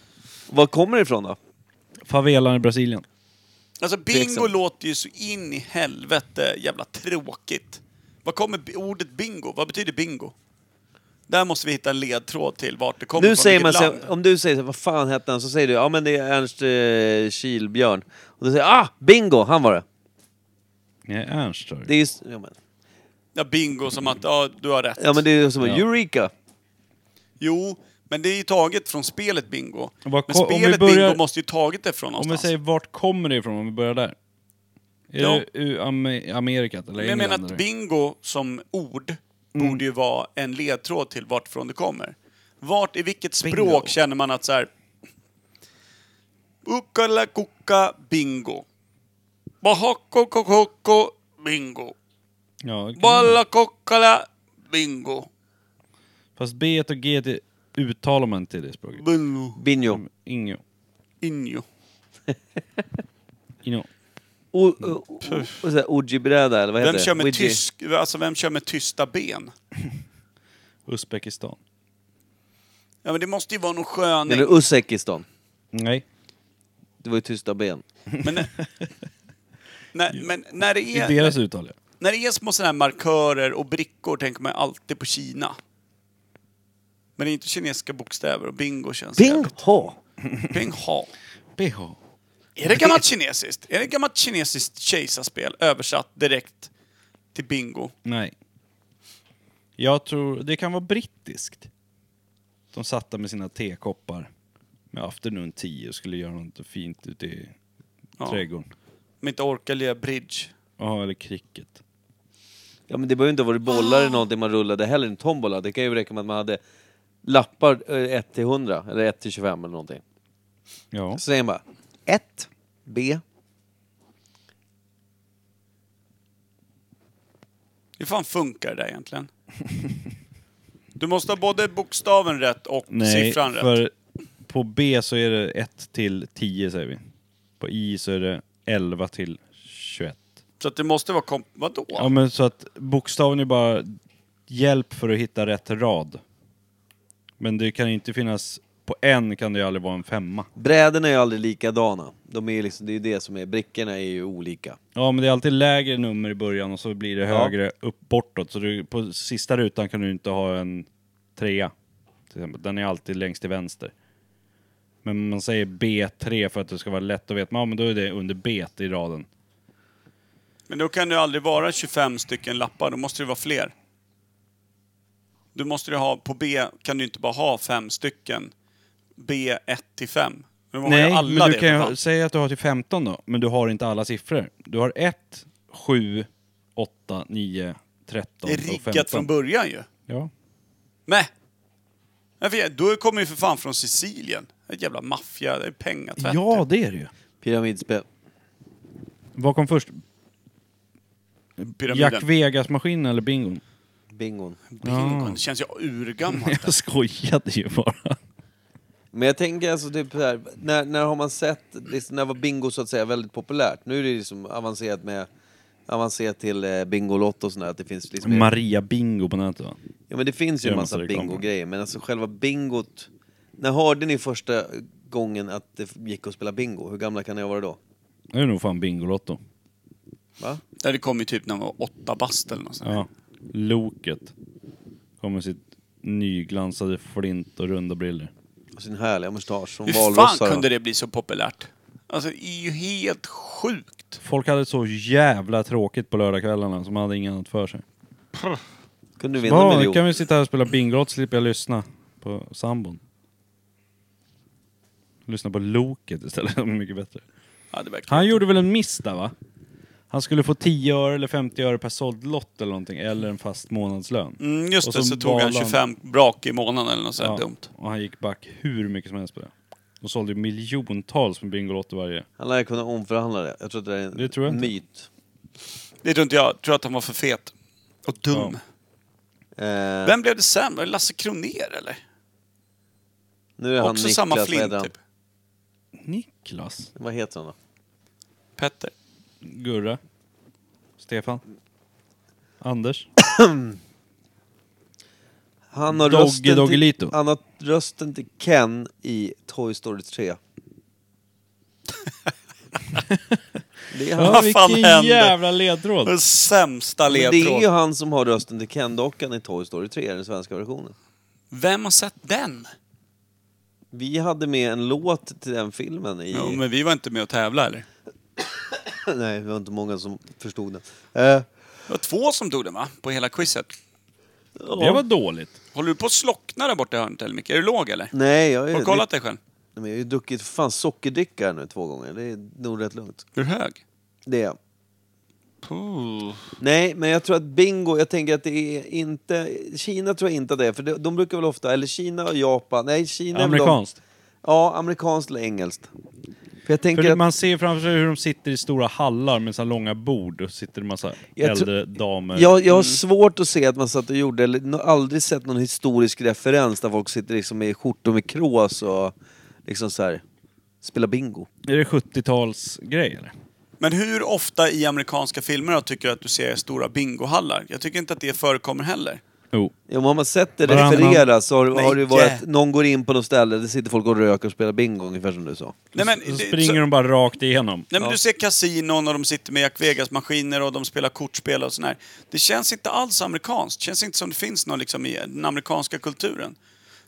[SPEAKER 1] Var kommer det ifrån då?
[SPEAKER 2] Favelan i Brasilien.
[SPEAKER 4] Alltså bingo
[SPEAKER 1] Tveksamt.
[SPEAKER 4] låter ju så in i helvete jävla tråkigt. Vad kommer bi- ordet bingo? Vad betyder bingo? Där måste vi hitta en ledtråd till vart det kommer
[SPEAKER 1] Nu
[SPEAKER 4] från,
[SPEAKER 1] säger man
[SPEAKER 4] vilket
[SPEAKER 1] så,
[SPEAKER 4] land.
[SPEAKER 1] om du säger så, här, vad fan hette han? Så säger du, ja men det är Ernst eh, Kilbjörn. Och du säger, ah! Bingo! Han var det.
[SPEAKER 2] Nej, Ernst tror jag.
[SPEAKER 1] Det är just, ja, men,
[SPEAKER 4] Ja, bingo som att ja, du har rätt.
[SPEAKER 1] ja men det är ju som
[SPEAKER 2] Ja.
[SPEAKER 1] Eureka!
[SPEAKER 4] Jo, men det är ju taget från spelet bingo.
[SPEAKER 2] Och vad
[SPEAKER 4] Men
[SPEAKER 2] ko- om vi
[SPEAKER 4] spelet
[SPEAKER 2] börjar-
[SPEAKER 4] bingo måste ju tagit det från
[SPEAKER 2] Om vi
[SPEAKER 4] någonstans.
[SPEAKER 2] säger vart kommer det ifrån om vi börjar där? Är
[SPEAKER 4] Ja.
[SPEAKER 2] det ur Am- Amerika eller
[SPEAKER 4] Men jag menar
[SPEAKER 2] England?
[SPEAKER 4] att
[SPEAKER 2] eller?
[SPEAKER 4] bingo som ord
[SPEAKER 1] Mm.
[SPEAKER 4] borde ju vara en ledtråd till vartifrån det kommer. Vart, i vilket språk
[SPEAKER 1] Bingo.
[SPEAKER 4] känner man att så här... Ukala kuka bingo. Bahako kokoko bingo.
[SPEAKER 1] Mm.
[SPEAKER 2] Ja, det kan det vara.
[SPEAKER 4] Balla kokala bingo.
[SPEAKER 2] Fast B och G det uttalar man inte i det språket.
[SPEAKER 4] Bingo.
[SPEAKER 1] Bingo.
[SPEAKER 2] Ingo.
[SPEAKER 4] Injo.
[SPEAKER 2] Ingo.
[SPEAKER 1] O, o, o, och så här, Ojibräda eller vad heter
[SPEAKER 4] Mm. Vem kör, med
[SPEAKER 1] Ouija.
[SPEAKER 4] tysk, alltså vem kör med tysta ben?
[SPEAKER 2] Uzbekistan.
[SPEAKER 4] Ja men det måste ju vara någon
[SPEAKER 1] Eller
[SPEAKER 4] sköning.
[SPEAKER 1] Uzbekistan.
[SPEAKER 2] Nej.
[SPEAKER 1] Det var ju tysta ben.
[SPEAKER 4] Men, när, men när det
[SPEAKER 2] I
[SPEAKER 4] är...
[SPEAKER 2] deras uttal ja.
[SPEAKER 4] När det är små sådana här markörer och brickor tänker man alltid på Kina. Men det är inte kinesiska bokstäver och bingo känns
[SPEAKER 1] Bing
[SPEAKER 4] jävligt-
[SPEAKER 1] ha!
[SPEAKER 4] Ping ha.
[SPEAKER 2] BH.
[SPEAKER 4] Är det gammalt kinesiskt? Är det gammalt kinesiskt kejsarspel översatt direkt till bingo?
[SPEAKER 2] Nej. Jag tror, det kan vara brittiskt. De satt där med sina tekoppar med afternoon tea och skulle göra något fint ute i
[SPEAKER 4] Ja.
[SPEAKER 2] trädgården.
[SPEAKER 4] Om inte orkar lira bridge.
[SPEAKER 2] Ja, eller cricket.
[SPEAKER 1] Ja men det behöver inte ha varit bollar
[SPEAKER 4] Ah.
[SPEAKER 1] eller någonting man rullade heller, en tombola. Det kan ju räcka med att man hade lappar 1 till 100 eller 1 till 25 eller någonting.
[SPEAKER 2] Ja.
[SPEAKER 1] Så säger man bara 1, B,
[SPEAKER 4] Hur fan funkar det där egentligen? Du måste ha både bokstaven rätt och
[SPEAKER 2] Nej,
[SPEAKER 4] siffran rätt.
[SPEAKER 2] för på B så är det 1 till 10 säger vi. På I så är det 11 till 21.
[SPEAKER 4] Så att det måste vara komp... Vadå?
[SPEAKER 2] Ja, men så att bokstaven är bara hjälp för att hitta rätt rad. Men det kan ju inte finnas, på en kan det ju aldrig vara en femma.
[SPEAKER 1] Bräderna är ju aldrig likadana. De är ju liksom, det är ju det som är, brickorna är ju olika.
[SPEAKER 2] Ja men det är alltid lägre nummer i början och så blir det högre upp bortåt. Så du, på sista rutan kan du inte ha en trea. Till exempel. Den är alltid längst till vänster. Men man säger B3 för att det ska vara lätt att veta. Ja men då är det under B i raden.
[SPEAKER 4] Men då kan det ju aldrig vara 25 stycken lappar, då måste det vara fler. Du måste ju ha, på B kan du inte bara ha fem stycken. B 1 till 5. Då har ju
[SPEAKER 2] Nej,
[SPEAKER 4] alla
[SPEAKER 2] men
[SPEAKER 4] det,
[SPEAKER 2] du
[SPEAKER 4] för
[SPEAKER 2] kan
[SPEAKER 4] fan.
[SPEAKER 2] ju säga att du har till 15 då, men du har inte alla siffror. Du har 1, 7, 8, 9, 13
[SPEAKER 4] det är
[SPEAKER 2] och
[SPEAKER 4] riggat
[SPEAKER 2] 15.
[SPEAKER 4] från början ju.
[SPEAKER 2] Ja.
[SPEAKER 4] Nej. Nej, för jag- Då kommer ju för fan från Sicilien. Ett jävla maffia, det är pengatvätt.
[SPEAKER 2] ja, det är det ju.
[SPEAKER 1] Pyramidspel.
[SPEAKER 2] Vad kom först?
[SPEAKER 4] Pyramiden.
[SPEAKER 2] Jack Vegas-maskinen eller bingon?
[SPEAKER 1] Bingon.
[SPEAKER 4] Bingo, det känns ju urgammalt.
[SPEAKER 2] Jag skojade ju bara.
[SPEAKER 1] Men jag tänker alltså typ så här, när, när har man sett, liksom, när var bingo så att säga väldigt populärt? Nu är det liksom avancerat med ja, man ser till eh, Bingolotto och sånt där, att det finns liksom...
[SPEAKER 2] Maria Bingo på nätet va?
[SPEAKER 1] ja men det finns ju
[SPEAKER 2] Gör
[SPEAKER 1] en
[SPEAKER 2] en
[SPEAKER 1] massa
[SPEAKER 2] massa reklam.
[SPEAKER 1] bingo-grejer, men alltså själva bingot... När hörde ni första gången att det gick att spela bingo? Hur gamla kan ni ha varit då?
[SPEAKER 2] Det är nog fan Bingolotto.
[SPEAKER 1] Va?
[SPEAKER 4] Där det kom ju typ när man var åtta bast eller något sånt.
[SPEAKER 2] Ja. Loket. Kommer sitt nyglansade flint och runda briller.
[SPEAKER 1] Och sin härliga mustasch som
[SPEAKER 4] Hur
[SPEAKER 1] valrossar.
[SPEAKER 4] fan kunde det bli så populärt? Alltså, det är ju helt sjukt.
[SPEAKER 2] Folk hade så jävla tråkigt på lördagskvällarna som hade inget annat för sig.
[SPEAKER 1] Kunde du vinna en
[SPEAKER 2] Ja, nu
[SPEAKER 1] miljon?
[SPEAKER 2] kan vi sitta här och spela Bingolotto slipper jag lyssna på sambon. Lyssna på Loket istället, det är mycket bättre.
[SPEAKER 4] Ja, det verkar
[SPEAKER 2] Han gjorde väl en miss där va? Han skulle få 10 öre eller 50 öre per såld lott eller någonting, eller en fast månadslön.
[SPEAKER 4] Mm, just
[SPEAKER 2] Och
[SPEAKER 4] det,
[SPEAKER 2] så
[SPEAKER 4] så tog han
[SPEAKER 2] valde han-
[SPEAKER 4] 25 brak i månaden eller något sånt dumt.
[SPEAKER 2] Och han gick back hur mycket som helst på det. De sålde ju miljontals med Bingolotto varje.
[SPEAKER 1] Han lär kunna omförhandla det. Jag tror att det är en
[SPEAKER 2] Det tror jag inte.
[SPEAKER 1] myt.
[SPEAKER 4] Det tror inte jag. Jag tror att han var för fet. Och dum.
[SPEAKER 1] Eh,
[SPEAKER 4] Vem blev det sen? Var det Lasse Kronér eller?
[SPEAKER 1] nu är han
[SPEAKER 4] Också
[SPEAKER 1] Niklas,
[SPEAKER 4] samma
[SPEAKER 1] vad
[SPEAKER 4] flint
[SPEAKER 1] heter han?
[SPEAKER 4] typ.
[SPEAKER 2] Niklas?
[SPEAKER 1] Vad heter han då?
[SPEAKER 4] Petter.
[SPEAKER 2] Gurra? Stefan? Anders?
[SPEAKER 1] Han har,
[SPEAKER 2] Dogge
[SPEAKER 1] rösten till,
[SPEAKER 2] Doggelito.
[SPEAKER 1] han har rösten till Ken i Toy Story 3. det, är han.
[SPEAKER 2] Ja,
[SPEAKER 4] fan
[SPEAKER 2] vilken
[SPEAKER 4] händer?
[SPEAKER 2] jävla ledtråd!
[SPEAKER 4] Den sämsta
[SPEAKER 1] Men det är ju
[SPEAKER 4] ledtråden.
[SPEAKER 1] han som har rösten till Ken-dockan i Toy Story 3, den svenska versionen.
[SPEAKER 4] Vem har sett den?
[SPEAKER 1] Vi hade med en låt till den filmen i...
[SPEAKER 4] Ja, men vi var inte med och tävlade eller?
[SPEAKER 1] Nej, det var inte många som förstod den. Eh,
[SPEAKER 4] Det var två som tog den va? På hela quizet.
[SPEAKER 2] Det var dåligt.
[SPEAKER 4] Håller du på att slockna där borta i hörnet eller Micke? Är du låg eller?
[SPEAKER 1] Nej, jag, är,
[SPEAKER 4] Har du kollat dig själv?
[SPEAKER 1] Nej, men jag har ju druckit för fan sockerdricka här nu två gånger. Det är nog rätt lugnt.
[SPEAKER 4] Är du hög?
[SPEAKER 1] Det är jag.
[SPEAKER 4] Puh.
[SPEAKER 1] Nej, men jag tror att bingo, jag tänker att det är inte... Kina tror jag inte att det är, för de, de brukar väl ofta... Eller Kina och Japan. Nej, Kina är väl de-
[SPEAKER 2] Amerikanskt.
[SPEAKER 1] Ja, amerikanskt eller engelskt. För jag tänker
[SPEAKER 2] För
[SPEAKER 1] att...
[SPEAKER 2] man ser framför sig hur de sitter i stora hallar med så här långa bord och sitter en massa
[SPEAKER 1] Jag tror-
[SPEAKER 2] äldre damer. Mm.
[SPEAKER 1] Jag, jag har svårt att se att man satt och gjorde, eller no- aldrig sett någon historisk referens där folk sitter liksom i skjortor med krås och liksom så här spelar bingo.
[SPEAKER 2] Är det 70-talsgrej eller?
[SPEAKER 4] Men hur ofta i amerikanska filmer då tycker du att du ser stora bingohallar? Jag tycker inte att det förekommer heller.
[SPEAKER 2] Jo.
[SPEAKER 1] Ja, men har man sett det
[SPEAKER 2] Varannan-
[SPEAKER 1] refereras så har, har
[SPEAKER 4] Nej,
[SPEAKER 1] det ju varit,
[SPEAKER 4] jä-
[SPEAKER 1] någon går in på något ställe, där sitter folk och röker och spelar bingo ungefär som du sa.
[SPEAKER 4] Nej, men,
[SPEAKER 2] Så
[SPEAKER 4] det-
[SPEAKER 2] springer
[SPEAKER 4] så-
[SPEAKER 2] de bara rakt igenom.
[SPEAKER 4] Nej, men Du ser kasinon och de sitter med Jack Vegas-maskiner och de spelar kortspel och sån här. Det känns inte alls amerikanskt. Det känns inte som det finns någon liksom i den amerikanska kulturen.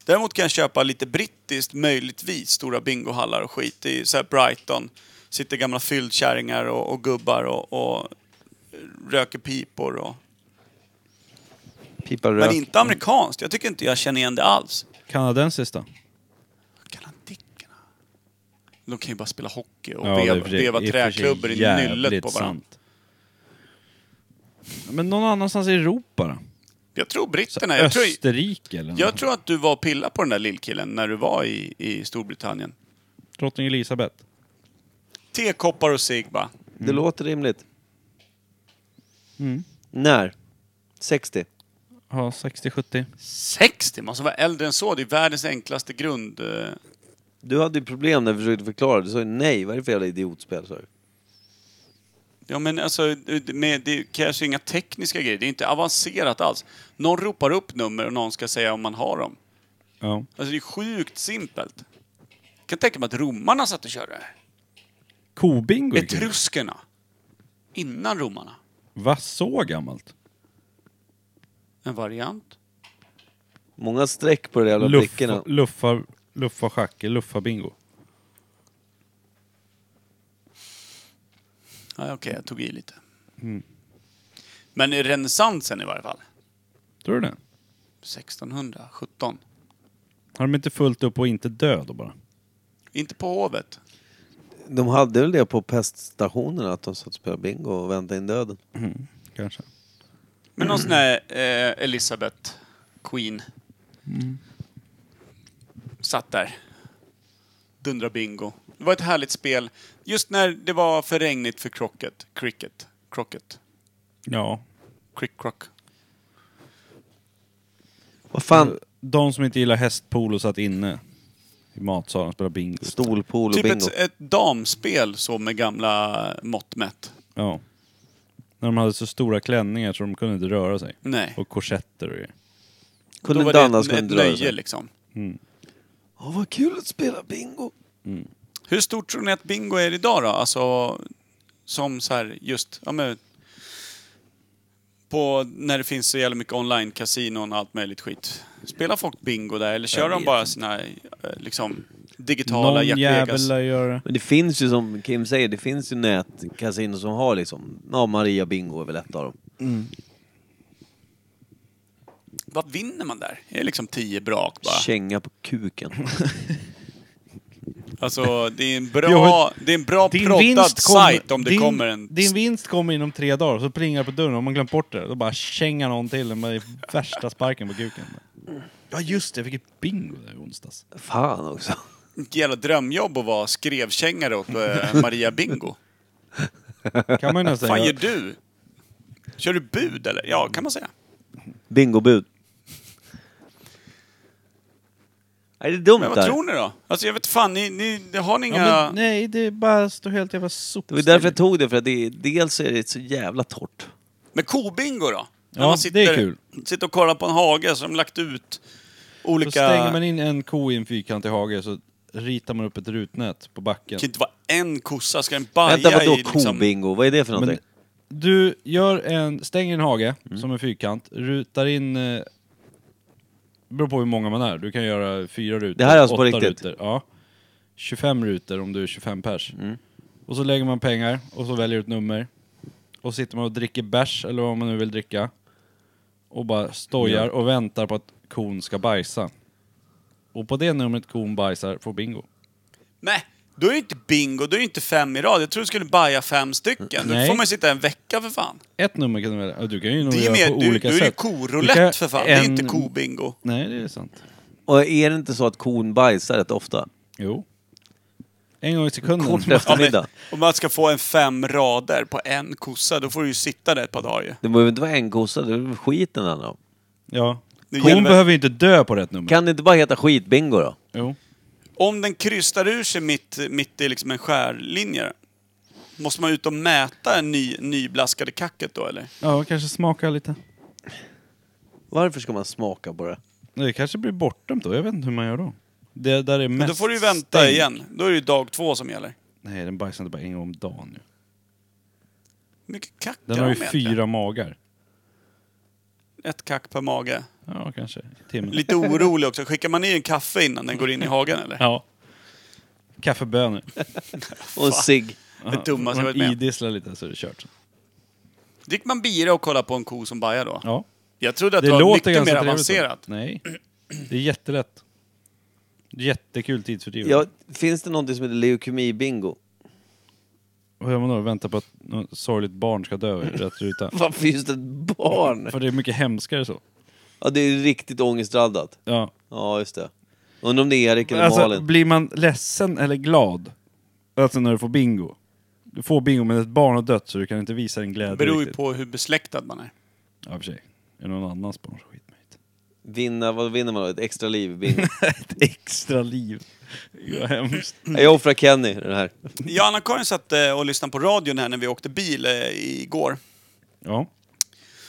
[SPEAKER 4] Däremot kan jag köpa lite brittiskt, möjligtvis, stora bingohallar och skit i så här Brighton. Sitter gamla fyllkärringar och, och gubbar och, och röker pipor. Och...
[SPEAKER 1] Pipar
[SPEAKER 4] Men
[SPEAKER 1] rök.
[SPEAKER 4] inte amerikanskt. Jag tycker inte jag känner igen det alls.
[SPEAKER 2] Kanadensiskt då?
[SPEAKER 4] Kanadickerna. De kan ju bara spela hockey och
[SPEAKER 2] Ja, det är i och
[SPEAKER 4] veva,
[SPEAKER 2] för sig-
[SPEAKER 4] veva
[SPEAKER 2] i och för sig
[SPEAKER 4] träklubbor i nyllet
[SPEAKER 2] jävligt
[SPEAKER 4] på varandra.
[SPEAKER 2] sant. Men någon annanstans i Europa då?
[SPEAKER 4] Jag tror
[SPEAKER 2] Så
[SPEAKER 4] britterna... Jag tror,
[SPEAKER 2] Österrike eller
[SPEAKER 4] Jag
[SPEAKER 2] något?
[SPEAKER 4] tror att du var och pilla på den där lillkillen när du var i, i Storbritannien.
[SPEAKER 2] Drottning Elisabeth?
[SPEAKER 4] Tekoppar och cigg va?
[SPEAKER 1] Det låter rimligt. När? 60?
[SPEAKER 2] Ja, 60-70.
[SPEAKER 4] 60? Man ska vara alltså, äldre än så. Det är världens enklaste grund... eh.
[SPEAKER 1] Du hade ju problem när vi försökte förklara. Du sa ju nej, vad är det för jävla idiotspel? sa du.
[SPEAKER 4] Ja men alltså, det- med, det krävs ju inga tekniska grejer. Det är inte avancerat alls. Någon ropar upp nummer och någon ska säga om man har dem.
[SPEAKER 2] Ja.
[SPEAKER 4] Alltså det är sjukt simpelt. Jag kan tänka mig att romarna satt och körde det här.
[SPEAKER 2] Kobingo? gick ut.
[SPEAKER 4] Etruskerna. Innan romarna.
[SPEAKER 2] Vad så gammalt?
[SPEAKER 4] En variant.
[SPEAKER 1] Många streck på de där jävla
[SPEAKER 2] Luffa,
[SPEAKER 1] brickorna.
[SPEAKER 2] luffa, luffa schacker, luffa bingo.
[SPEAKER 4] Ja, Okej, jag tog i lite. Men i renässansen i varje fall.
[SPEAKER 2] Tror du det?
[SPEAKER 4] 1600, 17.
[SPEAKER 2] Har de inte fullt upp och inte dö då bara?
[SPEAKER 4] Inte på hovet.
[SPEAKER 1] De hade väl det på peststationerna, att de satt och spelade bingo och väntade in döden.
[SPEAKER 2] Kanske.
[SPEAKER 4] Men någon sån här eh, Elizabeth Queen. Satt där. Dundra bingo. Det var ett härligt spel. Just när det var för regnigt för crocket. Cricket. Crocket.
[SPEAKER 2] Ja.
[SPEAKER 4] Crick crock.
[SPEAKER 1] Vad fan?
[SPEAKER 2] De som inte gillar hästpolo satt inne i matsalen och spelade bingo.
[SPEAKER 1] Stolpool och
[SPEAKER 4] Typ
[SPEAKER 1] bingo.
[SPEAKER 4] ett, ett damspel så med gamla mått mätt.
[SPEAKER 2] Ja. När de hade så stora klänningar så de kunde inte röra sig.
[SPEAKER 4] Nej.
[SPEAKER 2] Och korsetter och grejer.
[SPEAKER 1] Kunde
[SPEAKER 4] Då var
[SPEAKER 1] inte
[SPEAKER 4] det
[SPEAKER 1] annars
[SPEAKER 4] ett, ett
[SPEAKER 1] kunde röra
[SPEAKER 4] nöje
[SPEAKER 1] sig.
[SPEAKER 4] liksom.
[SPEAKER 1] Åh, vad kul att spela bingo!
[SPEAKER 4] Hur stort tror ni att bingo är idag då? Alltså, som så här just, ja men... På, när det finns så jävla mycket online-kasinon och allt möjligt skit. Spelar folk bingo där eller kör de bara sina, eh, liksom, digitala
[SPEAKER 2] Någon
[SPEAKER 4] Jack
[SPEAKER 2] jävel eh,
[SPEAKER 4] Vegas?
[SPEAKER 2] lär göra det.
[SPEAKER 1] Men det finns ju som Kim säger, det finns ju nätkasinon som har liksom, ja Maria Bingo är väl ett av dem.
[SPEAKER 4] Vad vinner man där? Är det liksom tio brak bara?
[SPEAKER 1] Känga på kuken.
[SPEAKER 4] Alltså, det är en
[SPEAKER 2] Jo,
[SPEAKER 4] bra, det är en bra proddad sajt om det kommer en...
[SPEAKER 2] din vinst kommer inom tre dagar, så plingar det på dörren. Om man glömt bort det, då bara känga någon till den med värsta sparken på kuken. Ja just det, jag fick ett bingo där i onsdags.
[SPEAKER 1] Fan också.
[SPEAKER 4] Ett jävla drömjobb att vara skrevkängare åt eh, Maria Bingo.
[SPEAKER 2] Kan man ju nästan
[SPEAKER 4] fan gör
[SPEAKER 2] göra.
[SPEAKER 4] du? Kör du bud eller? Ja, kan man säga.
[SPEAKER 1] Bingobud. Är det är dumt
[SPEAKER 4] Men vad
[SPEAKER 1] där?
[SPEAKER 4] tror ni då? Alltså jag vet fan, ni, ni, har ni inga...
[SPEAKER 2] Ja, men, nej, det är bara står helt jävla
[SPEAKER 1] Det var
[SPEAKER 2] sopstill.
[SPEAKER 1] därför jag tog det, för att det, är- dels är det så jävla torrt.
[SPEAKER 4] Men kobingo då? När
[SPEAKER 2] Ja,
[SPEAKER 4] man
[SPEAKER 2] det är kul.
[SPEAKER 4] Sitter och kollar på en hage så har de lagt ut olika...
[SPEAKER 2] Så stänger man in en ko i en fyrkantig hage så ritar man upp ett rutnät på backen.
[SPEAKER 4] Det kan inte vara en kossa, ska den baja
[SPEAKER 1] Vänta, vadå
[SPEAKER 4] i liksom...
[SPEAKER 1] kobingo? Vad är det för någonting?
[SPEAKER 2] Men du gör en, stänger en hage
[SPEAKER 4] Mm.
[SPEAKER 2] som en fyrkant, rutar in... Eh, beror på hur många man är. Du kan göra fyra rutor,
[SPEAKER 1] Det här är alltså på
[SPEAKER 2] åtta
[SPEAKER 1] riktigt?
[SPEAKER 2] rutor. Ja. 25 rutor om du är 25 pers.
[SPEAKER 4] Mm.
[SPEAKER 2] Och så lägger man pengar och så väljer du ett nummer. Och sitter man och dricker bärs eller vad man nu vill dricka. Och bara stojar och väntar på att kon ska bajsa. Och på det numret kon bajsar får bingo.
[SPEAKER 4] Nej, då är det inte bingo, då är det inte fem i rad. Jag tror du skulle baja fem stycken. Då
[SPEAKER 2] Nej.
[SPEAKER 4] får man ju sitta en vecka för fan.
[SPEAKER 2] Ett nummer kan du välja. Ja, Du kan ju nog
[SPEAKER 4] Det är ju
[SPEAKER 2] göra
[SPEAKER 4] mer,
[SPEAKER 2] på
[SPEAKER 4] du, då
[SPEAKER 2] olika
[SPEAKER 4] är det ju
[SPEAKER 2] sätt. Du kan
[SPEAKER 4] korulett för fan. Det är
[SPEAKER 2] en-
[SPEAKER 4] inte kobingo.
[SPEAKER 2] Nej, det är sant.
[SPEAKER 1] Och är det inte så att kon bajsar rätt ofta?
[SPEAKER 2] Jo. En gång i sekunden.
[SPEAKER 1] Kort eftermiddag.
[SPEAKER 4] Om man ska få en fem rader på en kossa, då får du ju sitta där ett par dagar ju.
[SPEAKER 1] Det behöver inte vara en kossa, det är väl skiten den har.
[SPEAKER 2] Ja.
[SPEAKER 4] Det
[SPEAKER 2] Hon
[SPEAKER 4] gäller-
[SPEAKER 2] behöver ju inte dö på rätt nummer.
[SPEAKER 1] Kan det inte bara heta skitbingo då?
[SPEAKER 2] Jo.
[SPEAKER 4] Om den krystar ur sig mitt, mitt i liksom en skärlinje, måste man ut och mäta en ny, nyblaskade kacket då eller?
[SPEAKER 2] Ja, kanske smaka lite.
[SPEAKER 1] Varför ska man smaka på det?
[SPEAKER 2] Det kanske blir bortdömt då. Jag vet inte hur man gör då. Det där är mest
[SPEAKER 4] Men då får du ju vänta
[SPEAKER 2] stänk.
[SPEAKER 4] igen. Då är det ju dag två som gäller.
[SPEAKER 2] Nej, den bajsar inte bara en gång om dagen. nu.
[SPEAKER 4] Hur mycket kack
[SPEAKER 2] Den
[SPEAKER 4] gör
[SPEAKER 2] har ju
[SPEAKER 4] de egentligen?
[SPEAKER 2] fyra magar.
[SPEAKER 4] Ett kack per mage.
[SPEAKER 2] Ja, kanske. I Timmen.
[SPEAKER 4] Lite orolig också. Skickar man i en kaffe innan den går in i hagen eller?
[SPEAKER 2] Ja. Kaffebönor.
[SPEAKER 1] Och en cigg.
[SPEAKER 4] Det dummaste jag
[SPEAKER 2] Man
[SPEAKER 4] varit med om.
[SPEAKER 2] idisslar lite så är det kört.
[SPEAKER 4] Dricker man bira och kollar på en ko som bajar då?
[SPEAKER 2] Ja.
[SPEAKER 4] Jag trodde att
[SPEAKER 2] Det
[SPEAKER 4] det, var
[SPEAKER 2] låter
[SPEAKER 4] mycket
[SPEAKER 2] ganska
[SPEAKER 4] mer
[SPEAKER 2] trevligt.
[SPEAKER 4] avancerat.
[SPEAKER 2] Nej. Det är jättelätt. Jättekul tidsfördriv.
[SPEAKER 1] Ja, finns det någonting som heter leukemibingo?
[SPEAKER 2] Vad gör man då? Vänta på att något sorgligt barn ska dö i rätt ruta?
[SPEAKER 1] Varför just ett barn?
[SPEAKER 2] För det är mycket hemskare så.
[SPEAKER 1] Ja, det är riktigt ångestladdat.
[SPEAKER 2] Ja.
[SPEAKER 1] Ja, just det. Undrar om det är Erik eller
[SPEAKER 2] Alltså,
[SPEAKER 1] Malin.
[SPEAKER 2] blir man ledsen eller glad? Alltså när du får bingo. Du får bingo men ett barn har dött så du kan inte visa din glädje
[SPEAKER 4] Det beror ju
[SPEAKER 2] riktigt.
[SPEAKER 4] på hur besläktad man är.
[SPEAKER 2] Ja, i och för sig. Är det någon annans barn så skit mig inte.
[SPEAKER 1] Vinna, vad vinner man då? Ett extra liv? Bingo.
[SPEAKER 2] Ett extra liv. Det var hemskt.
[SPEAKER 1] Nej, Jag offrar Kenny i den här.
[SPEAKER 4] Jag och Anna-Karin satt eh, och lyssnade på radion här när vi åkte bil eh, igår.
[SPEAKER 2] Ja.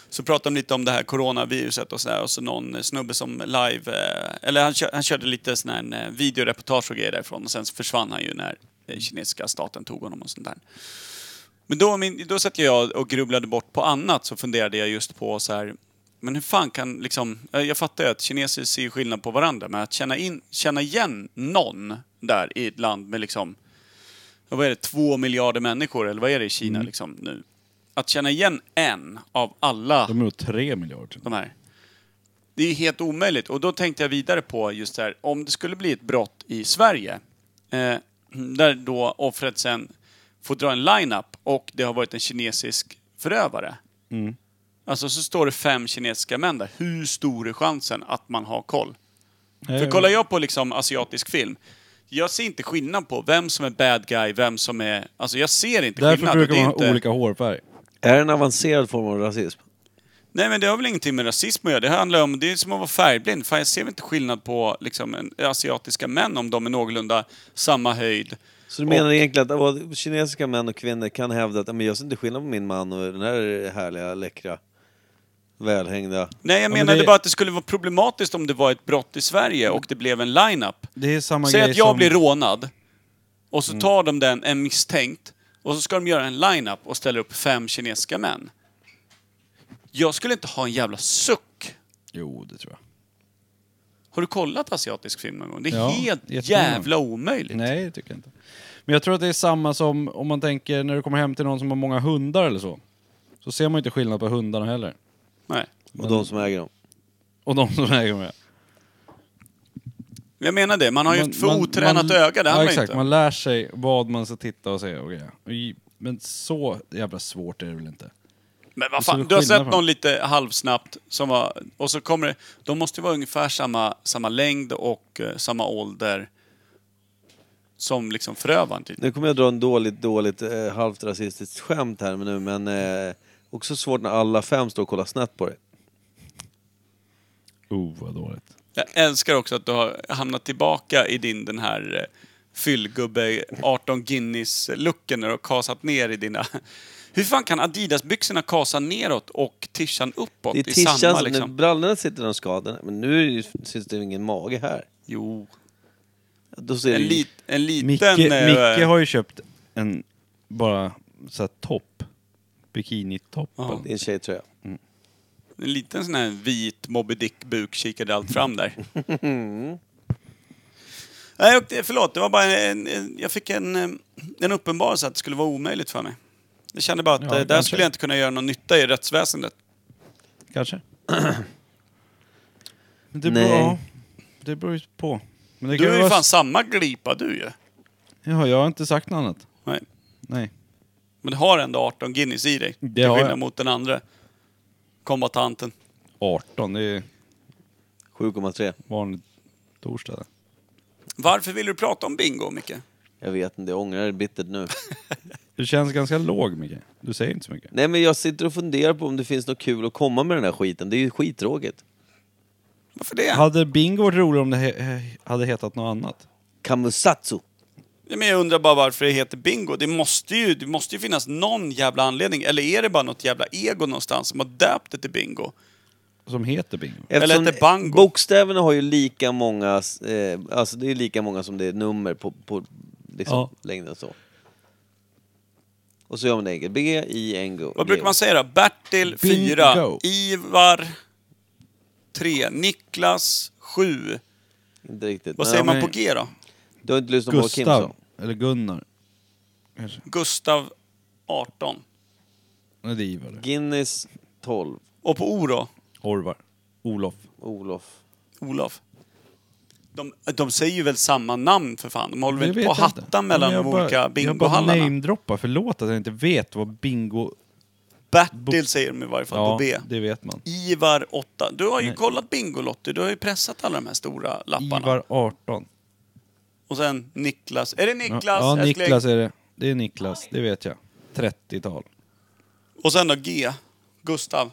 [SPEAKER 4] Så pratade de lite om det här coronaviruset och sådär. Och så någon eh, snubbe som live... eh, Eller han, kö- han körde lite sån här eh, videoreportage och grejer därifrån. Och sen så försvann han ju när eh, kinesiska staten tog honom och sånt där. Men då, min, då satt jag och grubblade bort på annat så funderade jag just på så här. Men hur fan kan liksom... eh, Jag fattar ju att kineser ser ju skillnad på varandra. Men att känna, in, känna igen någon där i ett land med liksom... Ja, vad är det, två miljarder människor eller vad är det i Kina liksom nu? Att känna igen en av alla
[SPEAKER 2] De är nog tre miljarder.
[SPEAKER 4] de här. Det är ju helt omöjligt. Och då tänkte jag vidare på just det här, om det skulle bli ett brott i Sverige, eh, där då offret sen får dra en line-up och det har varit en kinesisk förövare.
[SPEAKER 2] Mm.
[SPEAKER 4] Alltså så står det fem kinesiska män där. Hur stor är chansen att man har koll?
[SPEAKER 2] Eh.
[SPEAKER 4] För kollar jag på liksom asiatisk film, jag ser inte skillnad på vem som är bad guy, vem som är... Alltså jag ser inte
[SPEAKER 2] Därför
[SPEAKER 4] skillnad.
[SPEAKER 2] brukar
[SPEAKER 4] Det är
[SPEAKER 2] man ha
[SPEAKER 4] inte...
[SPEAKER 2] olika hårfärg.
[SPEAKER 1] Är det en avancerad form av rasism?
[SPEAKER 4] Nej men det har väl ingenting med rasism att göra. Det handlar om, det är som att vara färgblind. Fan jag ser väl inte skillnad på liksom, en, asiatiska män om de är någorlunda samma höjd.
[SPEAKER 1] Så du menar egentligen att vad, kinesiska män och kvinnor kan hävda att "Ja, men jag ser inte skillnad på min man och den här härliga, läckra, välhängda...
[SPEAKER 4] Nej, jag
[SPEAKER 2] men
[SPEAKER 4] menade
[SPEAKER 2] det-
[SPEAKER 4] bara att det skulle vara problematiskt om det var ett brott i Sverige och det blev en line-up.
[SPEAKER 2] Det är samma
[SPEAKER 4] Säg
[SPEAKER 2] grej
[SPEAKER 4] att jag
[SPEAKER 2] som... Mm.
[SPEAKER 4] blir rånad och så tar de den, en misstänkt, och så ska de göra en line-up och ställer upp fem kinesiska män. Jag skulle inte ha en jävla suck.
[SPEAKER 2] Jo, det tror jag.
[SPEAKER 4] Har du kollat asiatisk film någon gång? Det är
[SPEAKER 2] Ja,
[SPEAKER 4] helt
[SPEAKER 2] jättemånga.
[SPEAKER 4] jävla omöjligt.
[SPEAKER 2] Nej, det tycker jag inte. Men jag tror att det är samma som om man tänker när du kommer hem till någon som har många hundar eller så. Så ser man ju inte skillnad på hundarna heller.
[SPEAKER 4] Nej.
[SPEAKER 1] Och de som äger dem.
[SPEAKER 2] Och de som äger med.
[SPEAKER 4] Jag menar det, man har ju ett för otränat
[SPEAKER 2] man-
[SPEAKER 4] öga, det
[SPEAKER 2] ja,
[SPEAKER 4] handlar ju
[SPEAKER 2] exakt.
[SPEAKER 4] inte.
[SPEAKER 2] Man lär sig vad man ska titta och se och grejer. Och i- Men så jävla svårt är det väl inte?
[SPEAKER 4] Men vad
[SPEAKER 2] Så det
[SPEAKER 4] fan,
[SPEAKER 2] är
[SPEAKER 4] du har
[SPEAKER 2] skillnad
[SPEAKER 4] sett
[SPEAKER 2] på
[SPEAKER 4] någon lite halvsnabbt som var... Och så kommer det... De måste ju vara ungefär samma, samma längd och eh, samma ålder som liksom förövaren. Typ.
[SPEAKER 1] Nu kommer jag dra en dåligt, dåligt eh, halvt rasistiskt skämt här men nu, men eh, också svårt när alla fem står och kollar snett på dig.
[SPEAKER 2] Oh, vad dåligt.
[SPEAKER 4] Jag älskar också att du har hamnat tillbaka i din den här eh, fyllgubbe 18 Guinness-looken när du har kasat ner i dina... Hur fan kan Adidas-byxorna kasa neråt och tishan uppåt
[SPEAKER 1] Det är
[SPEAKER 4] i samma
[SPEAKER 1] tishan,
[SPEAKER 4] liksom?
[SPEAKER 1] liksom. brallorna sitter där de ska, den- men nu är det ju- syns det ju ingen mage här.
[SPEAKER 4] Jo.
[SPEAKER 1] Då ser
[SPEAKER 4] En,
[SPEAKER 1] det ju,
[SPEAKER 4] lit, en liten...
[SPEAKER 2] Micke,
[SPEAKER 4] eh,
[SPEAKER 2] Micke har ju köpt en bara så här topp. Bikinitopp.
[SPEAKER 4] Ja.
[SPEAKER 1] det är en tjejtröja.
[SPEAKER 4] En liten sån här vit Moby Dick-buk kikade allt fram där. Nej, och det, förlåt. Det var bara en, en, jag fick en, eh, en uppenbarelse att det skulle vara omöjligt för mig. Jag kände bara att
[SPEAKER 2] Ja,
[SPEAKER 4] eh, där
[SPEAKER 2] kanske.
[SPEAKER 4] skulle jag inte kunna göra någon nytta i rättsväsendet.
[SPEAKER 2] Kanske. Men det
[SPEAKER 1] Nej.
[SPEAKER 2] beror, ja, det beror ju på. Men det
[SPEAKER 4] Du
[SPEAKER 2] kan
[SPEAKER 4] är ju
[SPEAKER 2] vara-
[SPEAKER 4] fan samma glipa du ju.
[SPEAKER 2] Ja, jag har inte sagt något annat.
[SPEAKER 4] Nej.
[SPEAKER 2] Nej.
[SPEAKER 4] Men du har ändå 18 Guinness i dig.
[SPEAKER 2] Det
[SPEAKER 4] till
[SPEAKER 2] har jag.
[SPEAKER 4] skillnad mot den andra kombatanten.
[SPEAKER 2] 18, det är
[SPEAKER 1] 7,3.
[SPEAKER 2] vanlig torsdag.
[SPEAKER 4] Varför vill du prata om bingo, Micke?
[SPEAKER 1] Jag vet inte, jag ångrar det bittert nu.
[SPEAKER 2] Du känns ganska låg, Micke. Du säger inte så mycket.
[SPEAKER 1] Nej men jag sitter och funderar på om det finns något kul att komma med den här skiten. Det är ju skittråkigt.
[SPEAKER 4] Varför det?
[SPEAKER 2] Hade bingo varit roligare om det he- he- hade hetat något annat?
[SPEAKER 1] Kamusatsu!
[SPEAKER 4] Ja, men jag undrar bara varför det heter bingo. Det måste, ju, det måste ju finnas någon jävla anledning. Eller är det bara något jävla ego någonstans som har döpt det till bingo?
[SPEAKER 2] Som heter bingo?
[SPEAKER 1] Eftersom
[SPEAKER 4] heter Bango.
[SPEAKER 1] Bokstäverna har ju lika många, eh, alltså det är lika många som det är nummer på, på liksom,
[SPEAKER 2] Ja.
[SPEAKER 1] längden så. Och så gör man eget. B, I, N, G.
[SPEAKER 4] Vad brukar man säga då? Bertil
[SPEAKER 2] Bingo.
[SPEAKER 4] 4, Ivar 3, Niklas 7.
[SPEAKER 1] Inte riktigt.
[SPEAKER 4] Vad
[SPEAKER 1] Nej,
[SPEAKER 4] säger man
[SPEAKER 2] men-
[SPEAKER 4] på G då?
[SPEAKER 1] Du har inte lyssnat på vad Kim
[SPEAKER 2] Gustav?
[SPEAKER 1] sa?
[SPEAKER 2] Eller Gunnar? Kanske.
[SPEAKER 4] Gustav 18.
[SPEAKER 2] Nej, det är Ivar.
[SPEAKER 1] Guinness 12,
[SPEAKER 4] Och på O då?
[SPEAKER 2] Orvar. Olof.
[SPEAKER 1] Olof.
[SPEAKER 4] Olof. De, de säger ju väl samma namn för fan? De håller väl
[SPEAKER 2] Jag
[SPEAKER 4] inte på att
[SPEAKER 2] vet inte.
[SPEAKER 4] hatta mellan
[SPEAKER 2] Men jag
[SPEAKER 4] de
[SPEAKER 2] bara-
[SPEAKER 4] olika
[SPEAKER 2] Jag bara
[SPEAKER 4] bingohallarna?
[SPEAKER 2] namedroppar, förlåt att jag inte vet vad bingo...
[SPEAKER 4] Bertil säger de i varje fall på B.
[SPEAKER 2] det vet man.
[SPEAKER 4] Ivar 8. Du har ju
[SPEAKER 2] Nej.
[SPEAKER 4] kollat Bingolotto. Du har ju pressat alla de här stora lapparna.
[SPEAKER 2] Ivar 18.
[SPEAKER 4] Och sen Niklas. Är det Niklas?
[SPEAKER 2] ja,
[SPEAKER 4] älskling?
[SPEAKER 2] Niklas är det. Det är Niklas, det vet jag. 30-tal.
[SPEAKER 4] Och sen då G. Gustav.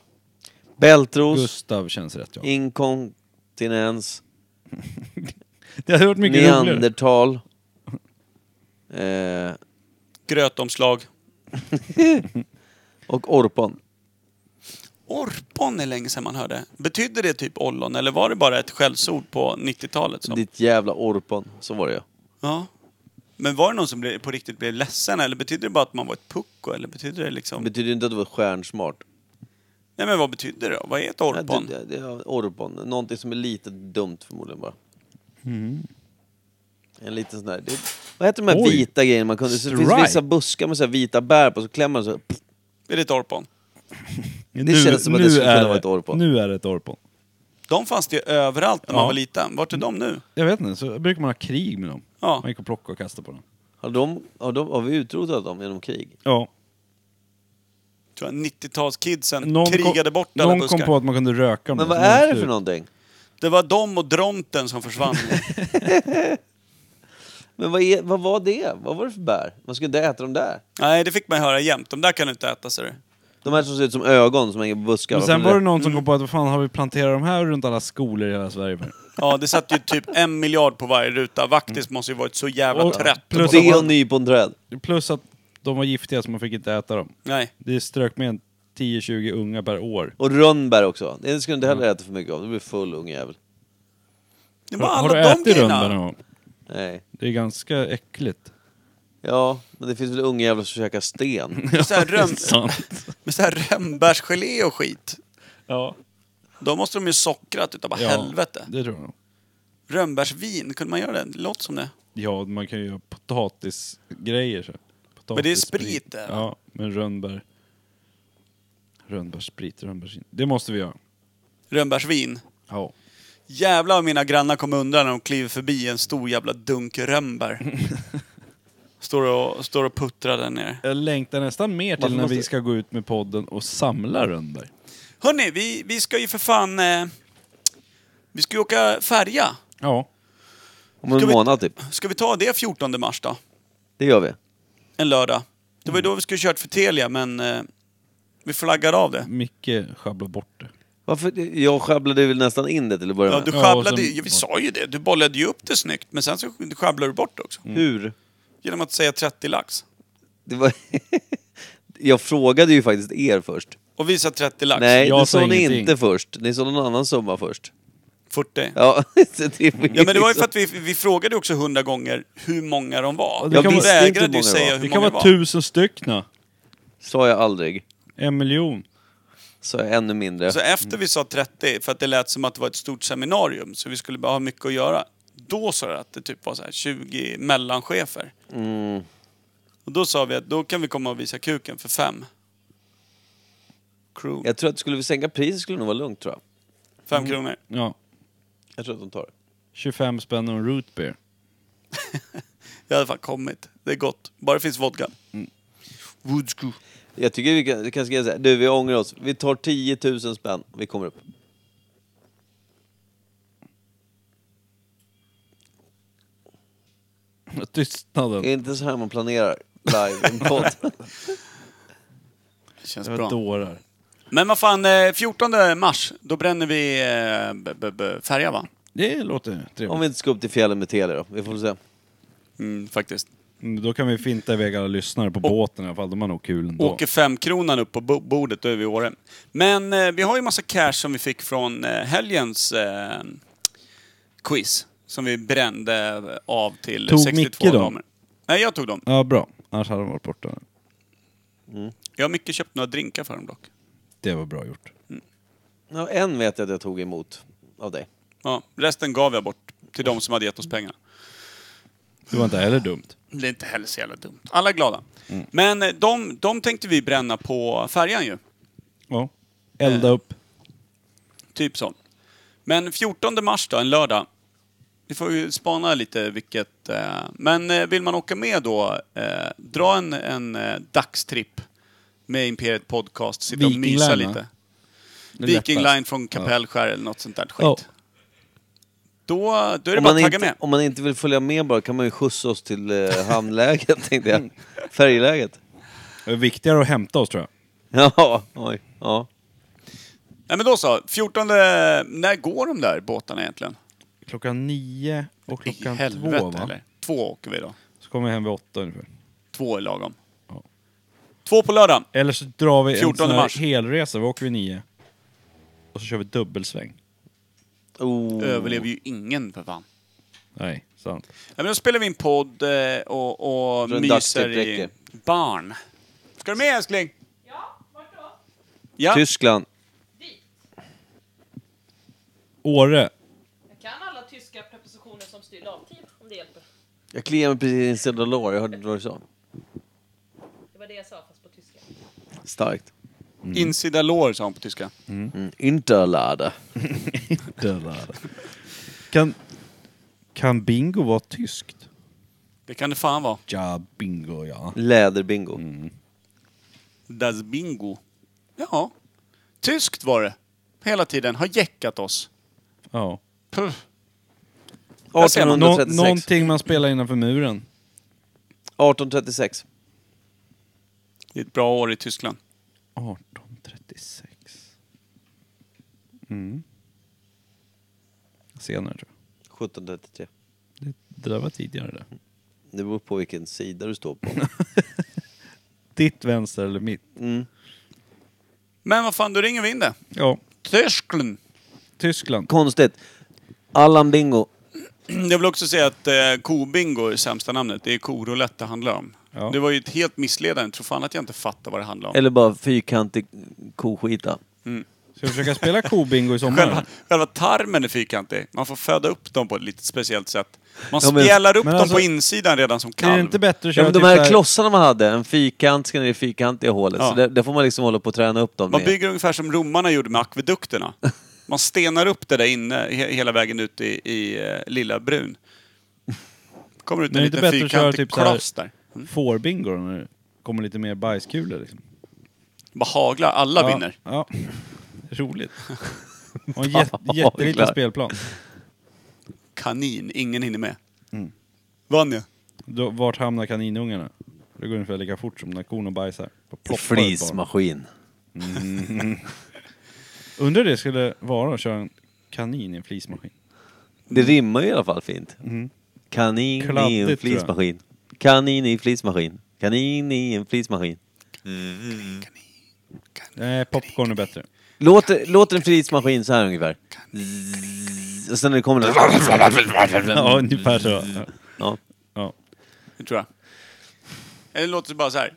[SPEAKER 1] Bältros,
[SPEAKER 2] Gustav känns rätt ja.
[SPEAKER 1] inkontinens,
[SPEAKER 2] Det hade varit mycket roligare.
[SPEAKER 1] neandertal. Eh,
[SPEAKER 4] Grötomslag.
[SPEAKER 1] och orpon.
[SPEAKER 4] Orpon är länge sedan man hörde. Betydde det typ ollon eller var det bara ett skällsord på 90-talet? Som?
[SPEAKER 1] Ditt jävla orpon. Så var det ju.
[SPEAKER 4] Ja. Men var det någon som blev, på riktigt blev ledsen eller betydde det bara att man var ett pucko eller betydde det liksom...
[SPEAKER 1] Det betyder ju inte att du var stjärnsmart.
[SPEAKER 4] Nej men vad betyder det då? Vad är ett
[SPEAKER 1] Ja,
[SPEAKER 4] orpon?
[SPEAKER 1] det- det- ja, Orpon. Någonting som är lite dumt förmodligen bara. En liten sån där. Det, vad heter de här
[SPEAKER 2] Mm. Oj.
[SPEAKER 1] vita grejerna man kunde... Det finns
[SPEAKER 2] Stripe.
[SPEAKER 1] vissa buskar med så här vita bär på, så klämmer man så. här, pff,
[SPEAKER 4] Är det ett orpon?
[SPEAKER 2] Det
[SPEAKER 1] känns som att det skulle kunna vara ett Orpon.
[SPEAKER 2] Nu är det ett Orpon.
[SPEAKER 4] De fanns det ju överallt när man
[SPEAKER 2] Ja.
[SPEAKER 4] var liten. Vart är de nu?
[SPEAKER 2] Jag vet inte, så brukar man ha krig med dem.
[SPEAKER 4] Ja.
[SPEAKER 2] Man gick och plockade och kastade på dem.
[SPEAKER 1] Har, de, har, de, har vi utrotat dem genom krig?
[SPEAKER 2] Ja.
[SPEAKER 4] tror jag 90-talskidsen krigade bort alla
[SPEAKER 2] Någon
[SPEAKER 4] buskar.
[SPEAKER 2] kom på att man kunde röka Typ. dem.
[SPEAKER 1] Men
[SPEAKER 2] så
[SPEAKER 1] vad
[SPEAKER 2] de
[SPEAKER 1] är det
[SPEAKER 2] slut.
[SPEAKER 1] för någonting?
[SPEAKER 4] Det var de och Dronten som försvann.
[SPEAKER 1] Men vad, är, vad var det? Vad var det för bär? Man skulle inte äta dem där.
[SPEAKER 4] Nej, det fick man höra jämt. De där kan du inte äta, ser du.
[SPEAKER 1] De här som ser ut som ögon som hänger på buskar.
[SPEAKER 2] Men sen
[SPEAKER 1] varför
[SPEAKER 2] var det
[SPEAKER 1] det- Mm.
[SPEAKER 2] någon som kom på att vad fan har vi planterat de här runt alla skolor i hela Sverige för?
[SPEAKER 4] Ja, det satt ju typ en miljard på varje ruta. Vaktis måste ju varit så jävla
[SPEAKER 2] Och-
[SPEAKER 4] trött.
[SPEAKER 2] plus-
[SPEAKER 1] Det och nyponträd.
[SPEAKER 2] Plus att de var giftiga så man fick inte äta dem.
[SPEAKER 4] Nej.
[SPEAKER 2] Det strök med en 10-20 unga per år.
[SPEAKER 1] Och rönnbär också. Det ska du inte heller äta för mycket av. Du blir full ungjävel.
[SPEAKER 4] Det var
[SPEAKER 2] Har,
[SPEAKER 4] alla
[SPEAKER 2] har du
[SPEAKER 4] de
[SPEAKER 2] ätit
[SPEAKER 4] grejerna.
[SPEAKER 2] rönnbär någon gång?
[SPEAKER 1] Nej.
[SPEAKER 2] Det är ganska äckligt.
[SPEAKER 1] Ja, men det finns väl ungjävlar som käkar sten.
[SPEAKER 4] Så här röm-
[SPEAKER 2] Sant.
[SPEAKER 4] Med så här rönnbärsgelé och skit.
[SPEAKER 2] Ja.
[SPEAKER 4] Då måste de ju sockrat utav bara
[SPEAKER 2] Ja,
[SPEAKER 4] helvete.
[SPEAKER 2] Det tror jag nog.
[SPEAKER 4] Rönnbärsvin, kunde man göra det? Det låter som det.
[SPEAKER 2] Ja, man kan ju göra potatisgrejer. Så. Potatis,
[SPEAKER 4] Men det är sprit det, va?
[SPEAKER 2] Ja, men rönnbär. Rönnbärssprit, rönnbärsvin. Det måste vi göra.
[SPEAKER 4] Rönnbärsvin.
[SPEAKER 2] Ja.
[SPEAKER 4] Jävlar vad mina grannar kommer undra när de kliver förbi en stor jävla dunk rönnbär. Står och, står och puttrar där nere.
[SPEAKER 2] Jag längtar nästan mer till
[SPEAKER 1] Varför
[SPEAKER 2] när vi
[SPEAKER 1] måste-
[SPEAKER 2] ska gå ut med podden och samla rönnbär.
[SPEAKER 4] Hörni, vi, vi ska ju för fan... Eh, vi ska ju åka färja.
[SPEAKER 2] Ja.
[SPEAKER 1] Om en
[SPEAKER 4] Ska vi-
[SPEAKER 1] månad typ.
[SPEAKER 4] Ska vi ta det 14 mars då?
[SPEAKER 1] Det gör vi.
[SPEAKER 4] En lördag. Det var ju då vi skulle kört för Telia, men eh, vi flaggade av det.
[SPEAKER 2] Micke sjabblar bort det.
[SPEAKER 1] Varför? Jag sjabblade väl nästan in det till att börja
[SPEAKER 4] Ja,
[SPEAKER 1] med.
[SPEAKER 4] du
[SPEAKER 2] Ja, och
[SPEAKER 4] sjabblade
[SPEAKER 2] sen-
[SPEAKER 4] ju... Vi sa ju det. Du bollade ju upp det snyggt, men sen så sjabblade du bort det också.
[SPEAKER 1] Hur?
[SPEAKER 4] Genom att säga 30 lax.
[SPEAKER 1] Det var... jag frågade ju faktiskt er först.
[SPEAKER 4] Och vi sa 30 lax.
[SPEAKER 1] Nej,
[SPEAKER 2] Jag
[SPEAKER 1] det
[SPEAKER 2] sa
[SPEAKER 1] sa ni
[SPEAKER 2] ingenting.
[SPEAKER 1] inte först. Ni sa någon annan summa först.
[SPEAKER 4] 40. Ja.
[SPEAKER 1] Ja, så det var ju
[SPEAKER 4] men det var ju för
[SPEAKER 1] liksom-
[SPEAKER 4] att vi, vi frågade också hundra gånger hur många de var.
[SPEAKER 2] det
[SPEAKER 4] De
[SPEAKER 2] kan vara-
[SPEAKER 1] inte
[SPEAKER 4] vägrade
[SPEAKER 1] hur
[SPEAKER 4] ju
[SPEAKER 1] många det
[SPEAKER 4] säga
[SPEAKER 1] var.
[SPEAKER 4] hur
[SPEAKER 2] Det kan
[SPEAKER 4] många det
[SPEAKER 2] vara
[SPEAKER 4] var.
[SPEAKER 2] tusen stycken.
[SPEAKER 1] Sa jag aldrig.
[SPEAKER 2] En miljon.
[SPEAKER 1] Sa jag ännu mindre.
[SPEAKER 4] Så efter vi sa 30, för att det lät som att det var ett stort seminarium, så vi skulle bara ha mycket att göra. Då sa det att det typ var så här 20 mellanchefer.
[SPEAKER 2] Mm.
[SPEAKER 4] Och då sa vi att då kan vi komma och visa kuken för fem. Crew.
[SPEAKER 1] Jag tror att skulle vi sänka priset skulle det nog vara lugnt tror jag.
[SPEAKER 4] Fem
[SPEAKER 2] Mm.
[SPEAKER 4] kronor.
[SPEAKER 2] Ja.
[SPEAKER 1] Jag tror att de tar det.
[SPEAKER 2] 25 spänn och en root beer.
[SPEAKER 4] Jag hade fan kommit. Det är gott. Bara det finns vodka. Woodscrew.
[SPEAKER 1] Jag tycker vi kan, vi kanske kan säga, du vi ångrar oss. Vi tar 10 000 spänn, vi kommer upp.
[SPEAKER 2] Tystnaden.
[SPEAKER 1] Det är inte så här man planerar live i en podd.
[SPEAKER 4] Det känns
[SPEAKER 2] Det var
[SPEAKER 4] bra.
[SPEAKER 2] dårar.
[SPEAKER 4] Men vad fan, eh, 14 mars, då bränner vi eh, b- b- b- färja va?
[SPEAKER 2] Det låter
[SPEAKER 1] Om
[SPEAKER 2] trevligt.
[SPEAKER 1] vi inte ska upp till fjällen med Telia då, vi får väl se.
[SPEAKER 4] Mm, faktiskt.
[SPEAKER 2] Mm, Då kan vi finta iväg alla lyssnare på båten i alla fall. De har nog kul ändå.
[SPEAKER 4] Åker femkronan upp på bo- bordet, då är vi i Åre. Men eh, vi har ju massa cash som vi fick från eh, helgens eh, quiz. Som vi brände av till
[SPEAKER 2] Tog
[SPEAKER 4] 62
[SPEAKER 2] Micke dem?
[SPEAKER 4] damer. Nej, jag tog dem.
[SPEAKER 2] Ja, bra. Annars hade de varit borta.
[SPEAKER 4] Jag har mycket köpt några drinkar för dem dock.
[SPEAKER 2] Det var bra gjort.
[SPEAKER 1] Ja, en vet jag att jag tog emot av dig.
[SPEAKER 4] Ja, resten gav jag bort till de som hade gett oss pengarna.
[SPEAKER 2] Det var inte heller dumt.
[SPEAKER 4] Det är inte heller så jävla dumt. Alla är glada.
[SPEAKER 2] Mm.
[SPEAKER 4] Men eh, de, de tänkte vi bränna på färjan ju.
[SPEAKER 2] Ja. Elda upp.
[SPEAKER 4] Typ så. Men 14 mars då, en lördag. Vi får ju spana lite vilket... Eh, men eh, vill man åka med då, eh, dra en, en eh, dagstripp med Imperiet Podcast, sitta och
[SPEAKER 2] Viking
[SPEAKER 4] mysa
[SPEAKER 2] Line,
[SPEAKER 4] lite.
[SPEAKER 2] Det är
[SPEAKER 4] Viking
[SPEAKER 2] lättast.
[SPEAKER 4] Line från Kapellskär eller något sånt där skit.
[SPEAKER 2] Ja.
[SPEAKER 4] Då, då är det
[SPEAKER 1] Om
[SPEAKER 4] bara
[SPEAKER 1] man,
[SPEAKER 4] att tagga
[SPEAKER 1] inte,
[SPEAKER 4] med.
[SPEAKER 1] om man inte vill följa med bara kan man ju skjutsa oss till eh, hamnläget tänkte jag. Färjeläget.
[SPEAKER 2] Det är viktigare att hämta oss tror jag.
[SPEAKER 1] Ja, oj. Ja.
[SPEAKER 4] Nej men då så, 14... När går de där båtarna egentligen?
[SPEAKER 2] Klockan nio och
[SPEAKER 4] I
[SPEAKER 2] klockan
[SPEAKER 4] helvete,
[SPEAKER 2] två va?
[SPEAKER 4] eller? Två åker vi då.
[SPEAKER 2] Så kommer vi hem vid åtta ungefär.
[SPEAKER 4] Två är lagom.
[SPEAKER 2] Ja.
[SPEAKER 4] Två på lördagen.
[SPEAKER 2] Eller så drar vi en
[SPEAKER 4] 14
[SPEAKER 2] sån här
[SPEAKER 4] mars.
[SPEAKER 2] helresa. Vi åker vid nio. Och så kör vi dubbelsväng.
[SPEAKER 1] Oh.
[SPEAKER 4] Överlever ju ingen för fan.
[SPEAKER 2] Nej, sant.
[SPEAKER 4] Ja, men då spelar vi in podd eh, och, och
[SPEAKER 1] För en
[SPEAKER 4] myser
[SPEAKER 1] dagstipp
[SPEAKER 4] i
[SPEAKER 1] räcker.
[SPEAKER 4] barn. Ska du med älskling?
[SPEAKER 7] Ja, vart då?
[SPEAKER 4] Ja.
[SPEAKER 1] Tyskland.
[SPEAKER 7] Dit.
[SPEAKER 2] Åre.
[SPEAKER 7] Jag kan alla tyska prepositioner som styr dagtid, om det hjälper.
[SPEAKER 1] Jag kliar mig precis i en sedda lår, jag hörde inte vad du sa.
[SPEAKER 7] Det var det jag sa, fast på tyska.
[SPEAKER 1] Starkt.
[SPEAKER 4] Insida lår Mm. sa hon på tyska.
[SPEAKER 1] Mm. Interlade.
[SPEAKER 2] Dödlade. Kan, kan bingo vara tyskt?
[SPEAKER 4] Det kan det fan vara.
[SPEAKER 2] Ja, bingo ja.
[SPEAKER 1] Läderbingo.
[SPEAKER 4] Mm. Das Bingo. Ja. Tyskt var det. Hela tiden. Har jäckat oss.
[SPEAKER 2] ja.
[SPEAKER 4] Puh. Jag ser
[SPEAKER 2] Nå
[SPEAKER 1] 1836.
[SPEAKER 2] någonting man spelar innanför muren.
[SPEAKER 1] 1836.
[SPEAKER 4] Det är ett bra år i Tyskland.
[SPEAKER 2] 1836. Mm. Senare tror jag.
[SPEAKER 1] 1733.
[SPEAKER 2] Det, det där var tidigare det.
[SPEAKER 1] Det beror på vilken sida du står på.
[SPEAKER 2] Ditt vänster eller mitt?
[SPEAKER 1] Mm.
[SPEAKER 4] Men vad fan, då ringer vi in det.
[SPEAKER 2] Ja.
[SPEAKER 4] Tyskland.
[SPEAKER 2] Tyskland.
[SPEAKER 1] Konstigt. Allan Bingo.
[SPEAKER 4] Jag vill också säga att eh, kobingo är sämsta namnet. Det är koroulette det handlar om.
[SPEAKER 2] Ja.
[SPEAKER 4] Det var ju ett helt missledande. Jag tror fan att jag inte fattar vad det handlar om.
[SPEAKER 1] Eller bara fyrkantig koskita.
[SPEAKER 2] Ska vi försöka spela kobingo i sommar?
[SPEAKER 4] Själva, själva tarmen är fyrkantig. Man får föda upp dem på ett lite speciellt sätt. Man
[SPEAKER 1] Ja, men-
[SPEAKER 4] spjällar upp
[SPEAKER 2] men
[SPEAKER 4] dem
[SPEAKER 2] alltså-
[SPEAKER 4] på insidan redan som
[SPEAKER 2] Det är
[SPEAKER 4] kalv.
[SPEAKER 2] det inte bättre att
[SPEAKER 1] Ja,
[SPEAKER 2] köra
[SPEAKER 1] men de
[SPEAKER 2] typ så
[SPEAKER 1] här
[SPEAKER 2] här-
[SPEAKER 1] klossarna man hade, en fyrkant ska ner i fyrkantiga hålet.
[SPEAKER 4] Ja.
[SPEAKER 1] Så där, där får man liksom hålla på och träna upp dem
[SPEAKER 4] Man
[SPEAKER 1] med.
[SPEAKER 4] bygger ungefär som romarna gjorde med akvedukterna. Man stenar upp det där inne he, hela vägen ut i, i eh, Lilla Brun. Kommer ut
[SPEAKER 2] Men
[SPEAKER 4] en
[SPEAKER 2] är det
[SPEAKER 4] liten
[SPEAKER 2] bättre att köra
[SPEAKER 4] fyrkantig
[SPEAKER 2] typ så här-
[SPEAKER 4] kloss där. Mm.
[SPEAKER 2] Fårbingo då, när det kommer lite mer bajskulor liksom.
[SPEAKER 4] Bara hagla, alla
[SPEAKER 2] ja.
[SPEAKER 4] vinner.
[SPEAKER 2] Ja. Roligt. Och en jät- jätteliten spelplan.
[SPEAKER 4] Kanin, ingen hinner med.
[SPEAKER 2] Mm.
[SPEAKER 4] Vann jag.
[SPEAKER 2] Då, vart hamnar kaninungarna? Det går ungefär lika fort som när korna bajsar. Bara ploppar ut bara.
[SPEAKER 1] Flismaskin.
[SPEAKER 2] Undrar hur det skulle vara att köra en kanin i en flismaskin.
[SPEAKER 1] Det rimmar ju i alla fall fint. Kanin i
[SPEAKER 2] Mm. Kladdigt, tror
[SPEAKER 1] en
[SPEAKER 2] jag.
[SPEAKER 1] flismaskin. Kanin i en flismaskin. Kanin i en flismaskin.
[SPEAKER 2] Nej, popcorn är bättre.
[SPEAKER 1] Låter, låter en flismaskin så här ungefär. Zzz, Och sen när det kommer
[SPEAKER 2] Ja, ungefär så. Ja.
[SPEAKER 1] ja.
[SPEAKER 2] Ja.
[SPEAKER 4] Det tror jag. Eller låter det bara så här.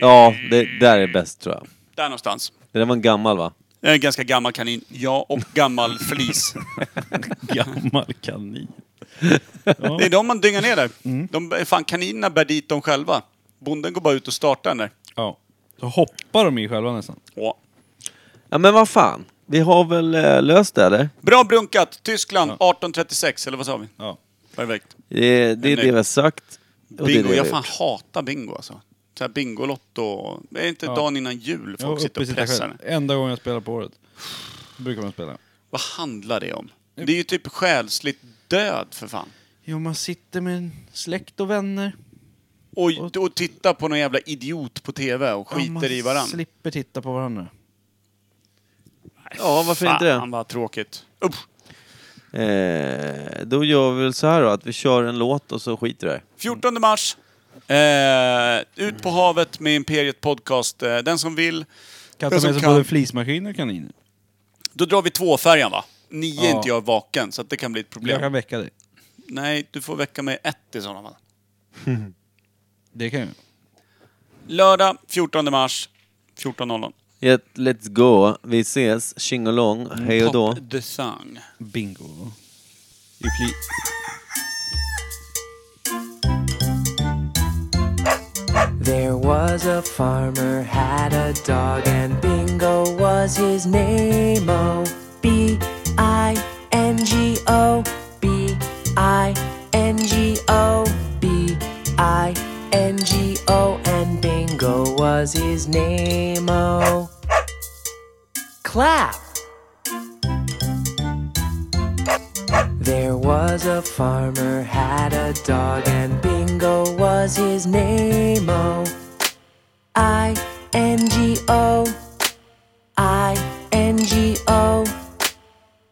[SPEAKER 1] ja, det där är bäst tror jag.
[SPEAKER 4] Där någonstans.
[SPEAKER 1] Det där var en gammal va?
[SPEAKER 4] Jag är en ganska gammal kanin. Ja, och gammal flis.
[SPEAKER 2] Gammal kanin.
[SPEAKER 4] Det är de man dyngar ner där.
[SPEAKER 1] Mm.
[SPEAKER 4] De, fan, kaninerna bär dit dem själva. Bonden går bara ut och startar den där.
[SPEAKER 2] Ja. Så hoppar de i själva nästan.
[SPEAKER 4] Åh.
[SPEAKER 1] Ja men vad fan. Vi har väl eh, löst det eller?
[SPEAKER 4] Bra brunkat! Tyskland 1836, eller vad sa vi?
[SPEAKER 2] Ja.
[SPEAKER 4] Perfekt.
[SPEAKER 1] Det, det är
[SPEAKER 4] Nej.
[SPEAKER 1] det vi har sagt. Och det är
[SPEAKER 4] Bingo.
[SPEAKER 1] det
[SPEAKER 4] Jag
[SPEAKER 1] vi-
[SPEAKER 4] fan hatar bingo alltså. Så här Bingolotto. och- Är det inte
[SPEAKER 2] Ja.
[SPEAKER 4] dagen innan jul
[SPEAKER 2] Jag
[SPEAKER 4] folk sitter och pressar?
[SPEAKER 2] själv.
[SPEAKER 4] den?
[SPEAKER 2] Enda gången jag spelar på året. Brukar man spela.
[SPEAKER 4] Vad handlar det om?
[SPEAKER 1] Mm.
[SPEAKER 4] Det är ju typ själsligt död för fan.
[SPEAKER 2] Jo, man sitter med släkt och vänner.
[SPEAKER 4] Och, och titta på någon jävla idiot på TV och skiter i varandra.
[SPEAKER 2] slipper titta på varandra.
[SPEAKER 1] Ja, varför inte det?
[SPEAKER 4] Fan vad tråkigt. Usch.
[SPEAKER 1] Eh, då gör vi väl så här då, att vi kör en låt och så skiter vi i det.
[SPEAKER 4] 14 mars. Eh, ut på havet med Imperiet Podcast. Eh, den som vill.
[SPEAKER 2] Kan
[SPEAKER 4] Den
[SPEAKER 2] ta
[SPEAKER 4] som
[SPEAKER 2] med sig
[SPEAKER 4] kan.
[SPEAKER 2] både flismaskiner och kaniner.
[SPEAKER 4] Då drar vi tvåfärjan va? Nio är
[SPEAKER 2] Ja.
[SPEAKER 4] inte jag vaken, så att det kan bli ett problem.
[SPEAKER 2] Jag kan väcka dig.
[SPEAKER 4] Nej, du får väcka mig ett i sådana fall.
[SPEAKER 2] Det kan jag.
[SPEAKER 4] Lördag 14 mars 14.00.
[SPEAKER 1] Yet, let's go, vi ses, tjingelong, hej och då.
[SPEAKER 4] Pop the song.
[SPEAKER 2] Bingo. I fli...
[SPEAKER 8] There was a farmer had a dog and Bingo was his name. O B I N G O B I N G O B I N G O and Bingo was his name. O clap. There was a farmer had a dog and Bingo was his name. O I N G O I N G O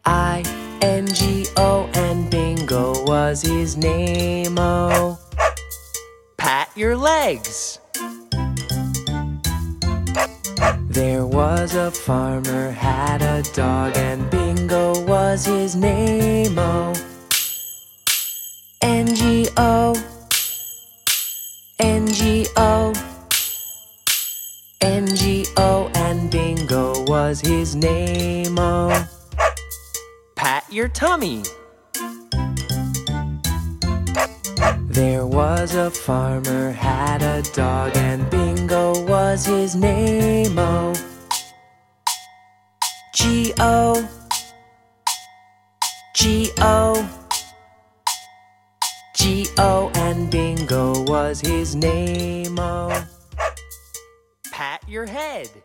[SPEAKER 8] I N G O and Bingo was his name. O pat your legs. There was a farmer had a dog and Bingo was his name. O N G O N G O N G O and Bingo was his name. O pat your tummy. There was a farmer had a dog and Bingo was his name. oh. O G O G O G O and Bingo was his name. O oh. pat your head.